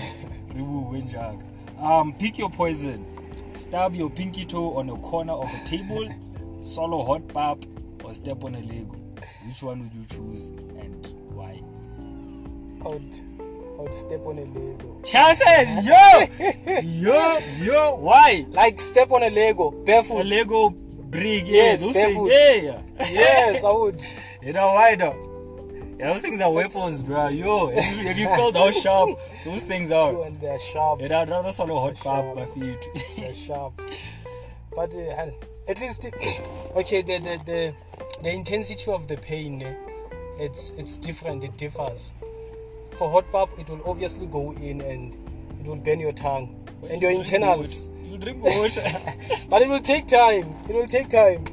S1: Ribu Winjag. Um, pick your poison. Stab your pinky toe on a corner of a table, swallow hot pop, or step on a Lego. Which one would you choose and why?
S2: I would, I would step on a Lego.
S1: Chances, yo, yo, yo, why?
S2: Like, step on a Lego,
S1: A
S2: barefoot.
S1: Lego brig, yeah,
S2: Yes,
S1: those things,
S2: barefoot.
S1: yeah, yeah.
S2: yes, I would.
S1: You know why though? Yeah, those things are weapons, bro. Yo, have you, have you felt how sharp those things are?
S2: And they're sharp.
S1: And I'd rather swallow hot pop my feet.
S2: Yeah, sharp. But uh, hell, at least the- okay, the the, the the intensity of the pain, eh, it's it's different. It differs. For hot pap, it will obviously go in and it will burn your tongue and your internals.
S1: You drink water.
S2: But it will take time. It will take time.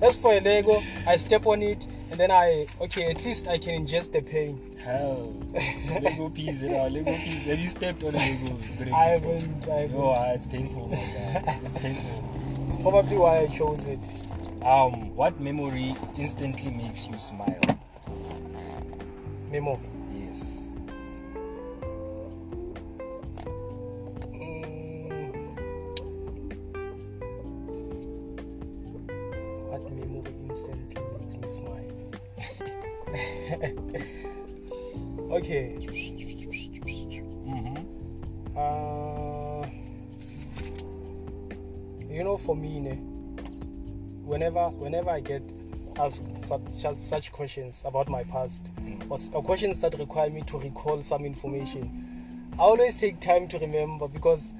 S2: As for a Lego, I step on it and then I okay. At least I can ingest the pain.
S1: Hell, Lego peas, you know, Lego peas. Have you stepped on a Lego brick?
S2: I haven't. I haven't.
S1: Yo, ah, it's painful, my guy. It's painful.
S2: It's probably why I chose it.
S1: Um, what memory instantly makes you smile?
S2: Memo.
S1: Yes.
S2: Mm. What memory instantly makes me smile? okay.
S1: Mm-hmm.
S2: Uh, you know, for me, ne, whenever whenever I get asked such, such, such questions about my past, or, s- or questions that require me to recall some information, I always take time to remember because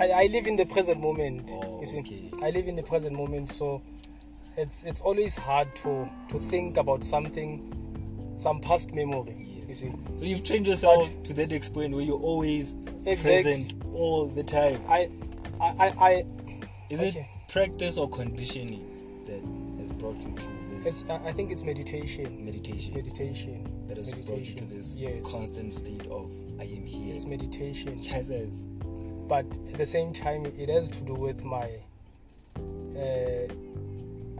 S2: I, I live in the present moment.
S1: Oh,
S2: you see,
S1: okay.
S2: I live in the present moment, so it's it's always hard to to think about something, some past memory.
S1: Yes.
S2: You see.
S1: So you've trained yourself to that extent where you're always
S2: Exact.
S1: present all the time.
S2: I, I, I, I
S1: Is
S2: Okay.
S1: it practice or conditioning that has brought you to this is
S2: It's, I I think it's meditation. It's
S1: meditation
S2: meditation.
S1: that
S2: it's
S1: has brought you to
S2: meditation.
S1: this
S2: yes.
S1: constant state of I am here.
S2: It's meditation.
S1: Jesus.
S2: but at the same time it has to do with my uh,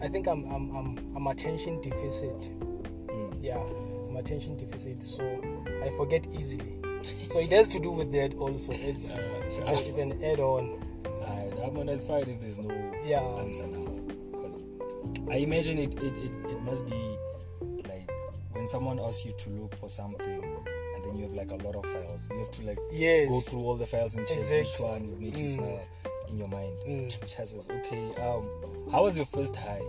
S2: i think I'm, I'm i'm i'm attention deficit
S1: Mm.
S2: yeah i'm attention deficit so i forget easily so it has to do with that also it's it's, a, it's an add-on
S1: Alright, Uh, I'm on as fine if there's no
S2: Yeah.
S1: answer now. 'Cause I imagine it, it, it, it must be like when someone asks you to look for something and then you have like a lot of files. You have to like go
S2: yes
S1: through all the files and check which
S2: Exactly.
S1: one would make you
S2: Mm.
S1: smile in your mind.
S2: Mm.
S1: Jesus. Okay. Um how was your first high?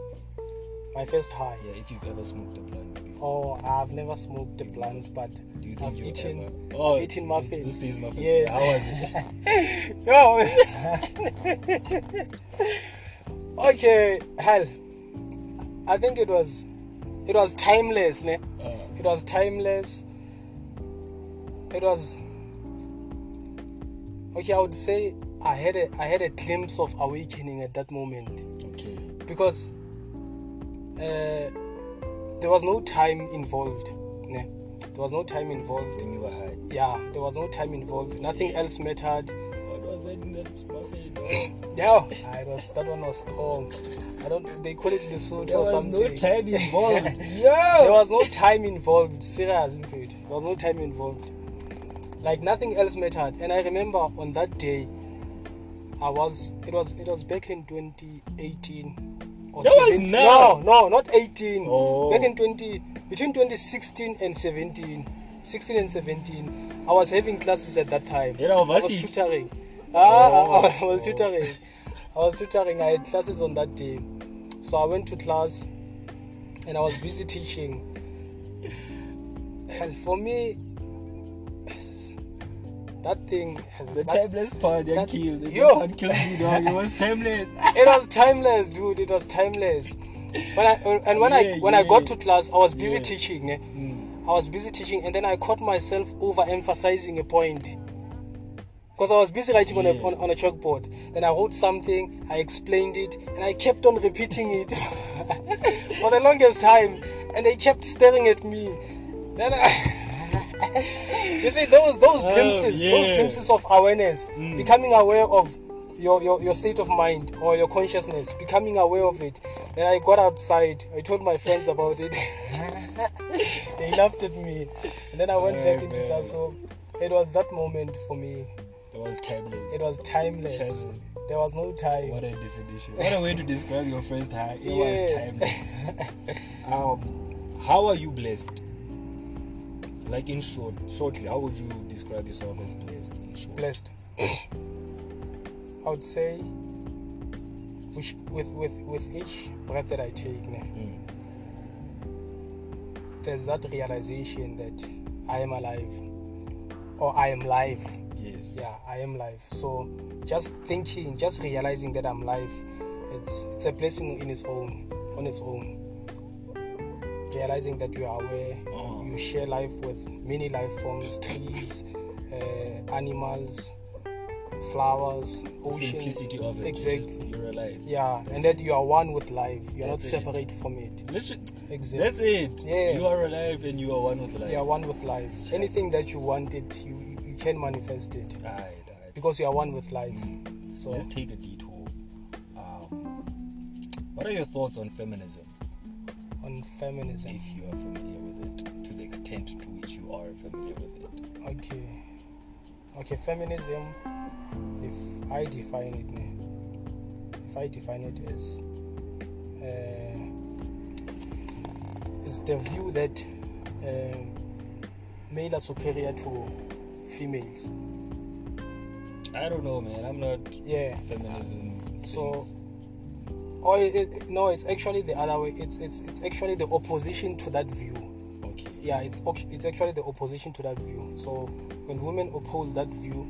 S2: my first high
S1: Yeah, if you've ever smoked a blunt before.
S2: oh i've never smoked the plants but
S1: Do you think
S2: i've
S1: you've
S2: eaten
S1: ever Oh,
S2: I've eaten muffins.
S1: This is muffins.
S2: Yes.
S1: How was it?
S2: Yo. okay, hell. I think it was it was timeless, ne?
S1: Uh,
S2: It was timeless. It was Okay, I would say I had a I had a glimpse of awakening at that moment
S1: okay.
S2: because uh, there was no time involved, ne? There was no time involved.
S1: Then you were high.
S2: Yeah, there was no time involved. Nothing else mattered.
S1: What was that in that muffin? Oh,
S2: Yeah, I was that one was strong. I don't. They call it the soda
S1: There
S2: or
S1: was
S2: something.
S1: no time involved.
S2: There
S1: Yo!
S2: was no time involved. Serious, indeed. There was no time involved. Like nothing else mattered. And I remember on that day, I was. It was. It was back in 2018. Or
S1: That was
S2: 17
S1: now.
S2: No, no, not 18.
S1: Oh.
S2: Back in 20 between 2016 and 17, 16 and 17, I was having classes at that time.
S1: Era
S2: I was
S1: varsity.
S2: tutoring. Ah,
S1: Oh.
S2: I was tutoring. I was tutoring. I had classes on that day, so I went to class, and I was busy teaching. Hell, for me, that thing has
S1: The
S2: that-
S1: timeless part that
S2: that-
S1: killed. The
S2: Yo!
S1: part killed me, dog. It was timeless.
S2: it was timeless, dude. It was timeless. When I and when
S1: Yeah,
S2: I when I
S1: yeah.
S2: got to class, I was busy
S1: Yeah. Mm.
S2: teaching. eh. I was busy teaching, and then I caught myself overemphasizing a point because I was busy writing on,
S1: Yeah.
S2: a, on, on a chalkboard. Then I wrote something, I explained it, and I kept on repeating it for the longest time, and they kept staring at me. Then I, you see those those
S1: Oh,
S2: glimpses,
S1: yeah. Mm.
S2: those glimpses of awareness, becoming aware of your, your your state of mind or your consciousness, becoming aware of it. Then I got outside, I told my friends about it. they laughed at me, and then I went
S1: Oh,
S2: back into
S1: man.
S2: class. So it was that moment for me.
S1: It was timeless.
S2: It was timeless.
S1: Jesus.
S2: There was no time.
S1: What a definition. What a way to describe your first high. It was
S2: Yeah.
S1: timeless. um, how are you blessed? Like in short, shortly, how would you describe yourself as blessed? In short,
S2: Blessed. I would say, which, with with with each breath that I take, ne,
S1: Mm.
S2: there's that realization that I am alive, or I am life.
S1: Yes.
S2: Yeah, I am life. So just thinking, just realizing that I'm life, it's it's a blessing in its own, on its own. Realizing that you are aware,
S1: Oh.
S2: you share life with many life forms, trees, uh, animals, flowers,
S1: The
S2: oceans.
S1: simplicity of it.
S2: Exactly.
S1: Just, you're alive.
S2: yeah,
S1: That's
S2: and that you are one with life. You're not
S1: That's it.
S2: separate from it.
S1: Literally,
S2: Exactly.
S1: that's it.
S2: Yeah.
S1: You are alive and you are one with life.
S2: you are one with life. Anything that you wanted, you, you, you can manifest it
S1: All right, all right.
S2: because you are one with life. So
S1: Let's take a detour. Um, what are your thoughts on feminism,
S2: on feminism.
S1: if you are familiar with it, to the extent to which you are familiar with it?
S2: Okay. Okay, feminism, if I define it, ne, if I define it as uh, it's the view that um male are superior to females.
S1: I don't know, man. I'm not
S2: Yeah.
S1: feminism.
S2: So-
S1: things.
S2: Or it, it, no, it's actually the other way. It's it's it's actually the opposition to that view.
S1: okay.
S2: yeah it's oct- it's actually the opposition to that view so when women oppose that view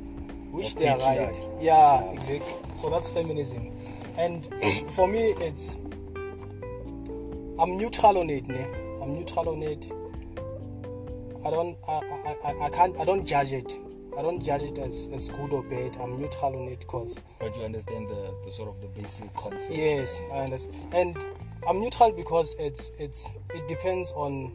S2: which
S1: Of
S2: they are right
S1: patriarchy.
S2: yeah
S1: Yeah.
S2: exactly so that's feminism and for me it's i'm neutral on it ne? i'm neutral on it i don't I, I, I, I can't i don't judge it i don't judge it as, as good or bad i'm neutral on it because
S1: But you understand the, the sort of the basic concept.
S2: Yes, I understand. And I'm neutral because it's it's it depends on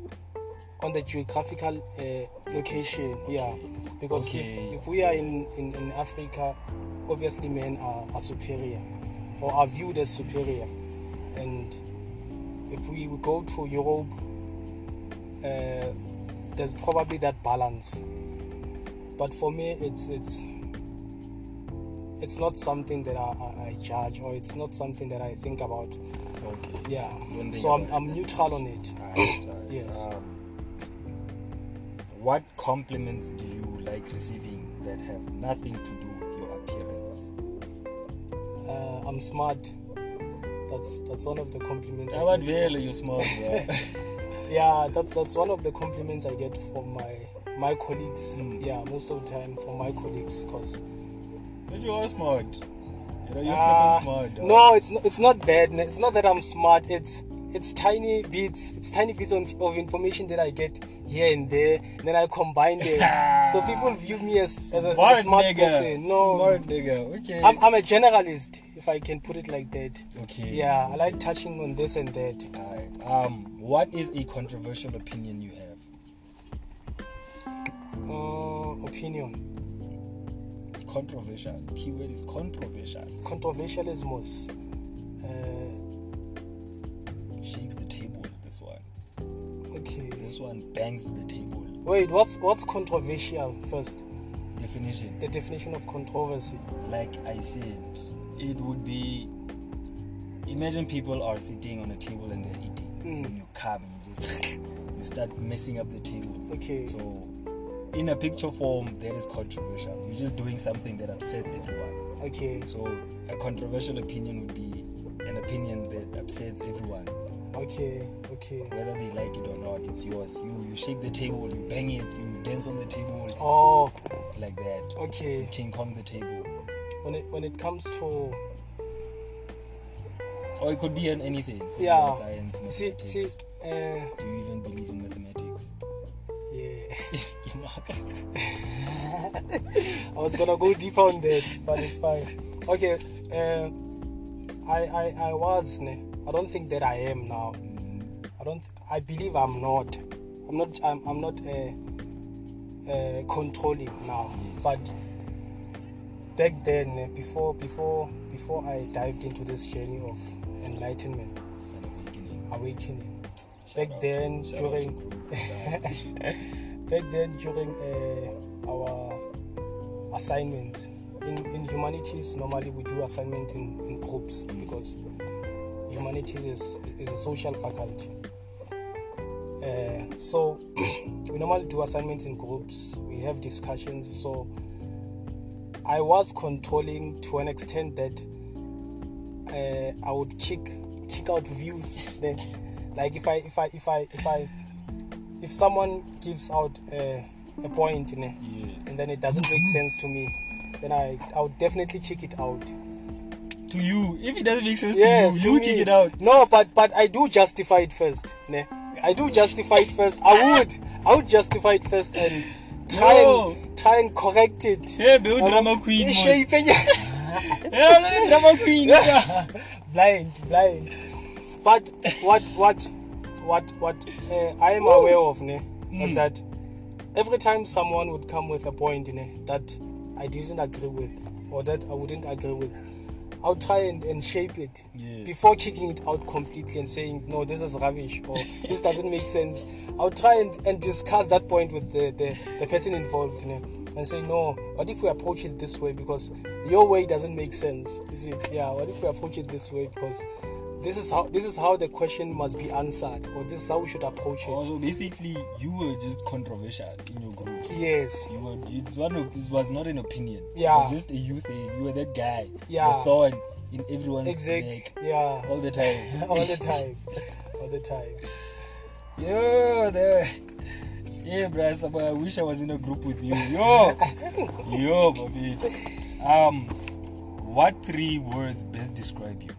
S2: on the geographical uh, location. Yeah, because
S1: Okay.
S2: if, if we are in, in, in Africa, obviously men are, are superior or are viewed as superior, and if we would go to Europe, uh, there's probably that balance. But for me, it's it's it's not something that I, I, I judge or it's not something that I think about.
S1: Okay.
S2: Yeah.
S1: Don't think
S2: So I'm,
S1: about
S2: I'm neutral on it.
S1: Alright, alright.
S2: Yes.
S1: Um, what compliments do you like receiving that have nothing to do with your appearance?
S2: Uh, I'm smart. That's that's one of the compliments. I
S1: What
S2: get.
S1: really you small bro?
S2: Yeah, that's that's one of the compliments I get from my my colleagues.
S1: Mm.
S2: Yeah, most of the time from my colleagues, cause
S1: But you are smart. You know, you're
S2: Ah,
S1: flipping smart. dog.
S2: no, it's not, it's not that. It's not that I'm smart. It's it's tiny bits. It's tiny bits of, of information that I get here and there. and then I combine them, so people view me as, as, a,
S1: Smart
S2: as a smart
S1: nigga.
S2: person. No,
S1: Smart nigga. Okay.
S2: I'm, I'm a generalist, if I can put it like that.
S1: okay.
S2: Yeah, I like touching on this and that.
S1: Alright. Um, what is a controversial opinion you have?
S2: Uh, opinion.
S1: Controversial. Keyword is controversial.
S2: Controversialism was. Uh,
S1: Shakes the table. This one.
S2: okay.
S1: This one bangs the table.
S2: Wait, what's what's controversial first?
S1: Definition.
S2: The definition of controversy.
S1: like I said, it would be. Imagine people are sitting on a table and they're eating,
S2: Mm.
S1: and you come and you just you start messing up the table.
S2: Okay.
S1: So, in a picture form, that is controversial. You're just doing something that upsets everyone.
S2: Okay.
S1: So, a controversial opinion would be an opinion that upsets everyone,
S2: Okay. Okay.
S1: whether they like it or not. It's yours. You you shake the table, you bang it, you dance on the table
S2: Oh.
S1: like that. You
S2: Okay.
S1: King Kong the table.
S2: When it when it comes to
S1: Or it could be on anything. It could be
S2: Yeah.
S1: on Science,
S2: see
S1: mathematics.
S2: see uh,
S1: Do you even believe in mathematics?
S2: yeah.
S1: You know,
S2: I was gonna go deeper on that, but it's fine. Okay, uh, I, I I was. ne. I don't think that I am now. I don't. I believe I'm not. I'm not. I'm, I'm not uh, uh, controlling now.
S1: Yes.
S2: But back then, ne, before before before I dived into this journey of enlightenment,
S1: An awakening.
S2: awakening.
S1: Shout
S2: Back
S1: out
S2: then,
S1: shout out
S2: during-
S1: to Group Design.
S2: back then during uh, our assignments in, in humanities normally we do assignment in, in groups because humanities is, is a social faculty uh, so we normally do assignments in groups we have discussions so i was controlling to an extent that uh, i would kick kick out views then like if i if i if i if i if someone gives out uh, a point ne,
S1: yeah.
S2: and then it doesn't make sense to me, then I I would definitely kick it out.
S1: To you, if it doesn't make sense
S2: yes,
S1: to you, you
S2: to
S1: kick
S2: me.
S1: it out.
S2: No, but but I do justify it first. Ne? I do justify it first. I would I would justify it first and try
S1: No.
S2: and try and correct it.
S1: Hey, build drama queen.
S2: Eh,
S1: boys.
S2: shey, penya-
S1: Hey, build drama queen. yeah.
S2: blind, blind. But what what what what uh, I am aware of ne, was that every time someone would come with a point ne, that I didn't agree with or that I wouldn't agree with, I'll try and, and shape it
S1: Yes.
S2: before kicking it out completely and saying no, this is rubbish or this doesn't make sense. I'll try and, and discuss that point with the, the, the person involved ne, and say no. What if we approach it this way because your way doesn't make sense? You see, yeah. What if we approach it this way because this is how this is how the question must be answered or this is how we should approach it.
S1: Also, basically, you were just controversial in your groups.
S2: Yes.
S1: You were. It's one of, it was not an opinion.
S2: Yeah.
S1: It was just a you thing. You were that guy.
S2: Yeah.
S1: The thorn in everyone's
S2: Exact.
S1: neck
S2: Yeah.
S1: all the time.
S2: All the time. All the time.
S1: Yo, there. Yeah, bruh, so, but I wish I was in a group with you. Yo, yo, baby. Um, what three words best describe you?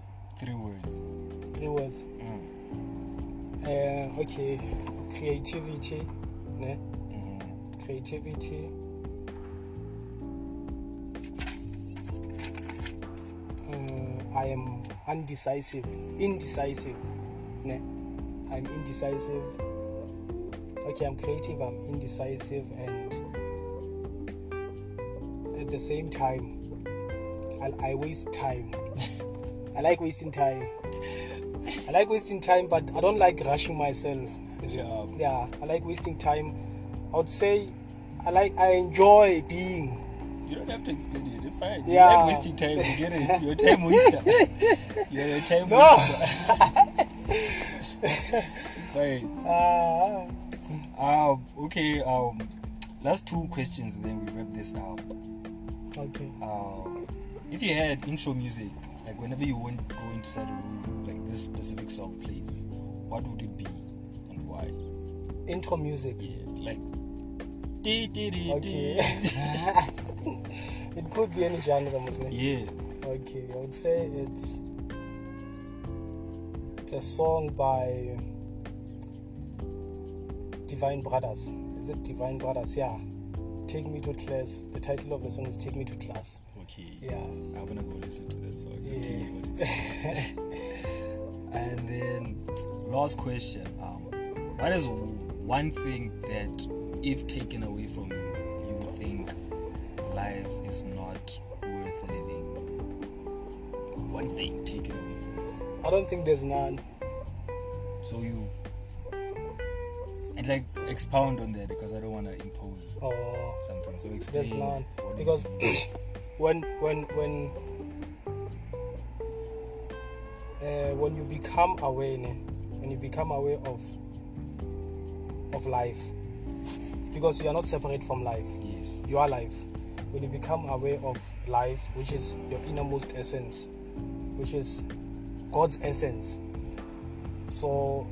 S1: Three words.
S2: Three words.
S1: Mm.
S2: Uh, okay. Creativity. Ne?
S1: Mm.
S2: Creativity. Uh, I am undecisive. Indecisive. Nah, I'm indecisive. Okay, I'm creative, I'm indecisive, and at the same time, I, I waste time. I like wasting time. I like wasting time, but I don't like rushing myself. Is it-
S1: Yeah.
S2: yeah, I like wasting time. I would say I like I enjoy being.
S1: You don't have to explain it. It's fine. You
S2: Yeah.
S1: like wasting time. You get it. You're a time waster. You're a time
S2: No.
S1: waster. it's fine.
S2: Ah,
S1: Um, okay. Um, last two questions, and then we wrap this up.
S2: okay.
S1: Um, if you had intro music, like whenever you want to go inside a room, like this specific song plays, what would it be and why?
S2: Intro music.
S1: Yeah, like. Dee, dee, dee,
S2: Okay.
S1: dee.
S2: it could be any genre, Muslim.
S1: Yeah.
S2: Okay, I would say it's it's a song by Divine Brothers. Is it Divine Brothers? Yeah. Take me to class. The title of the song is Take Me to Class.
S1: Okay.
S2: Yeah.
S1: I'm gonna go listen to that song just to
S2: Yeah.
S1: hear what it's. and then, last question: um, What is one thing that, if taken away from you, you would think life is not worth living? One thing taken away from you.
S2: I don't think there's none.
S1: So you. And like expound on that because I don't want to impose
S2: Oh,
S1: something. So explain.
S2: there's none.
S1: what do you
S2: Because
S1: mean.
S2: when when when uh, when you become aware, ne, when you become aware of of life, because you are not separate from life.
S1: yes,
S2: you are life. When you become aware of life, which is your innermost essence, which is God's essence. So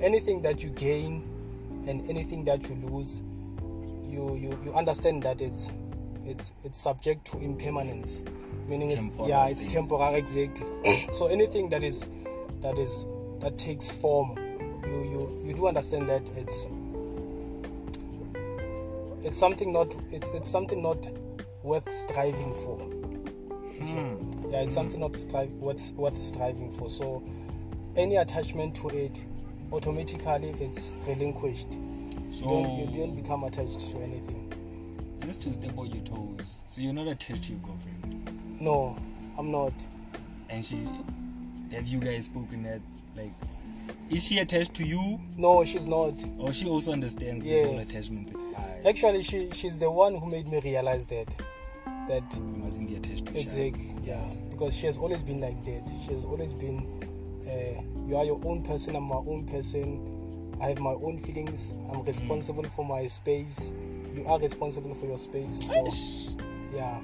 S2: anything that you gain and anything that you lose, you you, you understand that it's it's it's subject to impermanence. Meaning it's,
S1: temporal
S2: yeah, it's
S1: things.
S2: temporary exactly. so anything that is that is that takes form, you you you do understand that it's it's something not it's it's something not worth striving for. So, yeah, it's something not strive worth worth striving for. So any attachment to it automatically it's relinquished. You don't, you
S1: so
S2: don't become attached to anything.
S1: just to step on your toes. So you're not attached to your girlfriend.
S2: No, I'm not.
S1: and she have you guys spoken at like is she attached to you
S2: No, she's not.
S1: or she also understands this whole
S2: Yes.
S1: attachment thing I,
S2: Actually, she she's the one who made me realize that that
S1: you mustn't be attached to each other.
S2: exactly yeah because she has always been like that. She has always been uh, you are your own person. I'm my own person. I have my own feelings. I'm responsible for my space. You are responsible for your space. So yeah,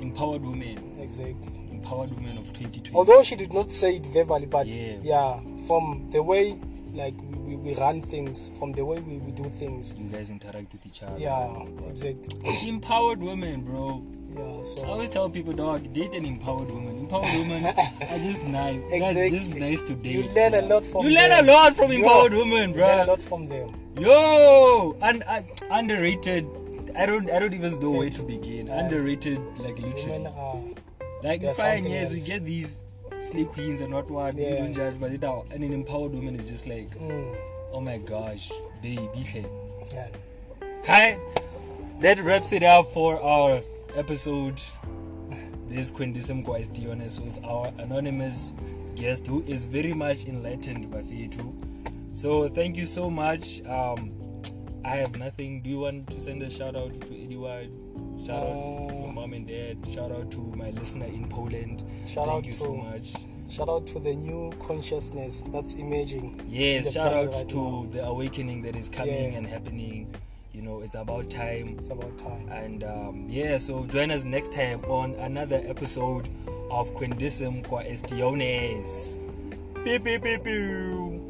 S1: empowered women
S2: exactly.
S1: empowered women of 2020
S2: although she did not say it verbally but
S1: Yeah.
S2: yeah, from the way like we, we, we run things from the way we, we do things
S1: you guys interact with each other
S2: yeah exactly
S1: empowered women bro
S2: yeah
S1: i
S2: so
S1: always tell people dog date an empowered woman empowered women are just nice they're
S2: Exactly.
S1: just Oh, nice to date
S2: you learn a lot from
S1: you learn a
S2: them.
S1: lot from
S2: Yeah.
S1: empowered women
S2: you learn a
S1: bro
S2: lot from them
S1: yo and un- uh, underrated i don't i don't even know where to begin underrated like literally
S2: women are
S1: Like it's
S2: There's
S1: fine,
S2: something
S1: yes, we
S2: else.
S1: get these slay queens and what what we
S2: Yeah.
S1: don't judge, but it out and an empowered woman is just like,
S2: mm,
S1: oh my gosh, baby.
S2: yeah.
S1: Hi, that wraps it up for our episode. This Quindism Questiones with our anonymous guest who is very much enlightened by Feitu. So thank you so much. Um, I have nothing. Do you want to send a shout out to anyone? Shout out to
S2: Uh,
S1: your mom and dad. Shout out to my listener in Poland.
S2: Shout
S1: thank
S2: out
S1: you
S2: to-
S1: so much.
S2: shout out to the new consciousness that's emerging
S1: Yes,
S2: the
S1: shout out
S2: family right
S1: to
S2: now.
S1: the awakening that is coming
S2: Yeah.
S1: and happening. You know, it's about time.
S2: it's about time
S1: And um, yeah, so join us next time on another episode of Quindism Qua Estiones. Pew, pew, pew, pew.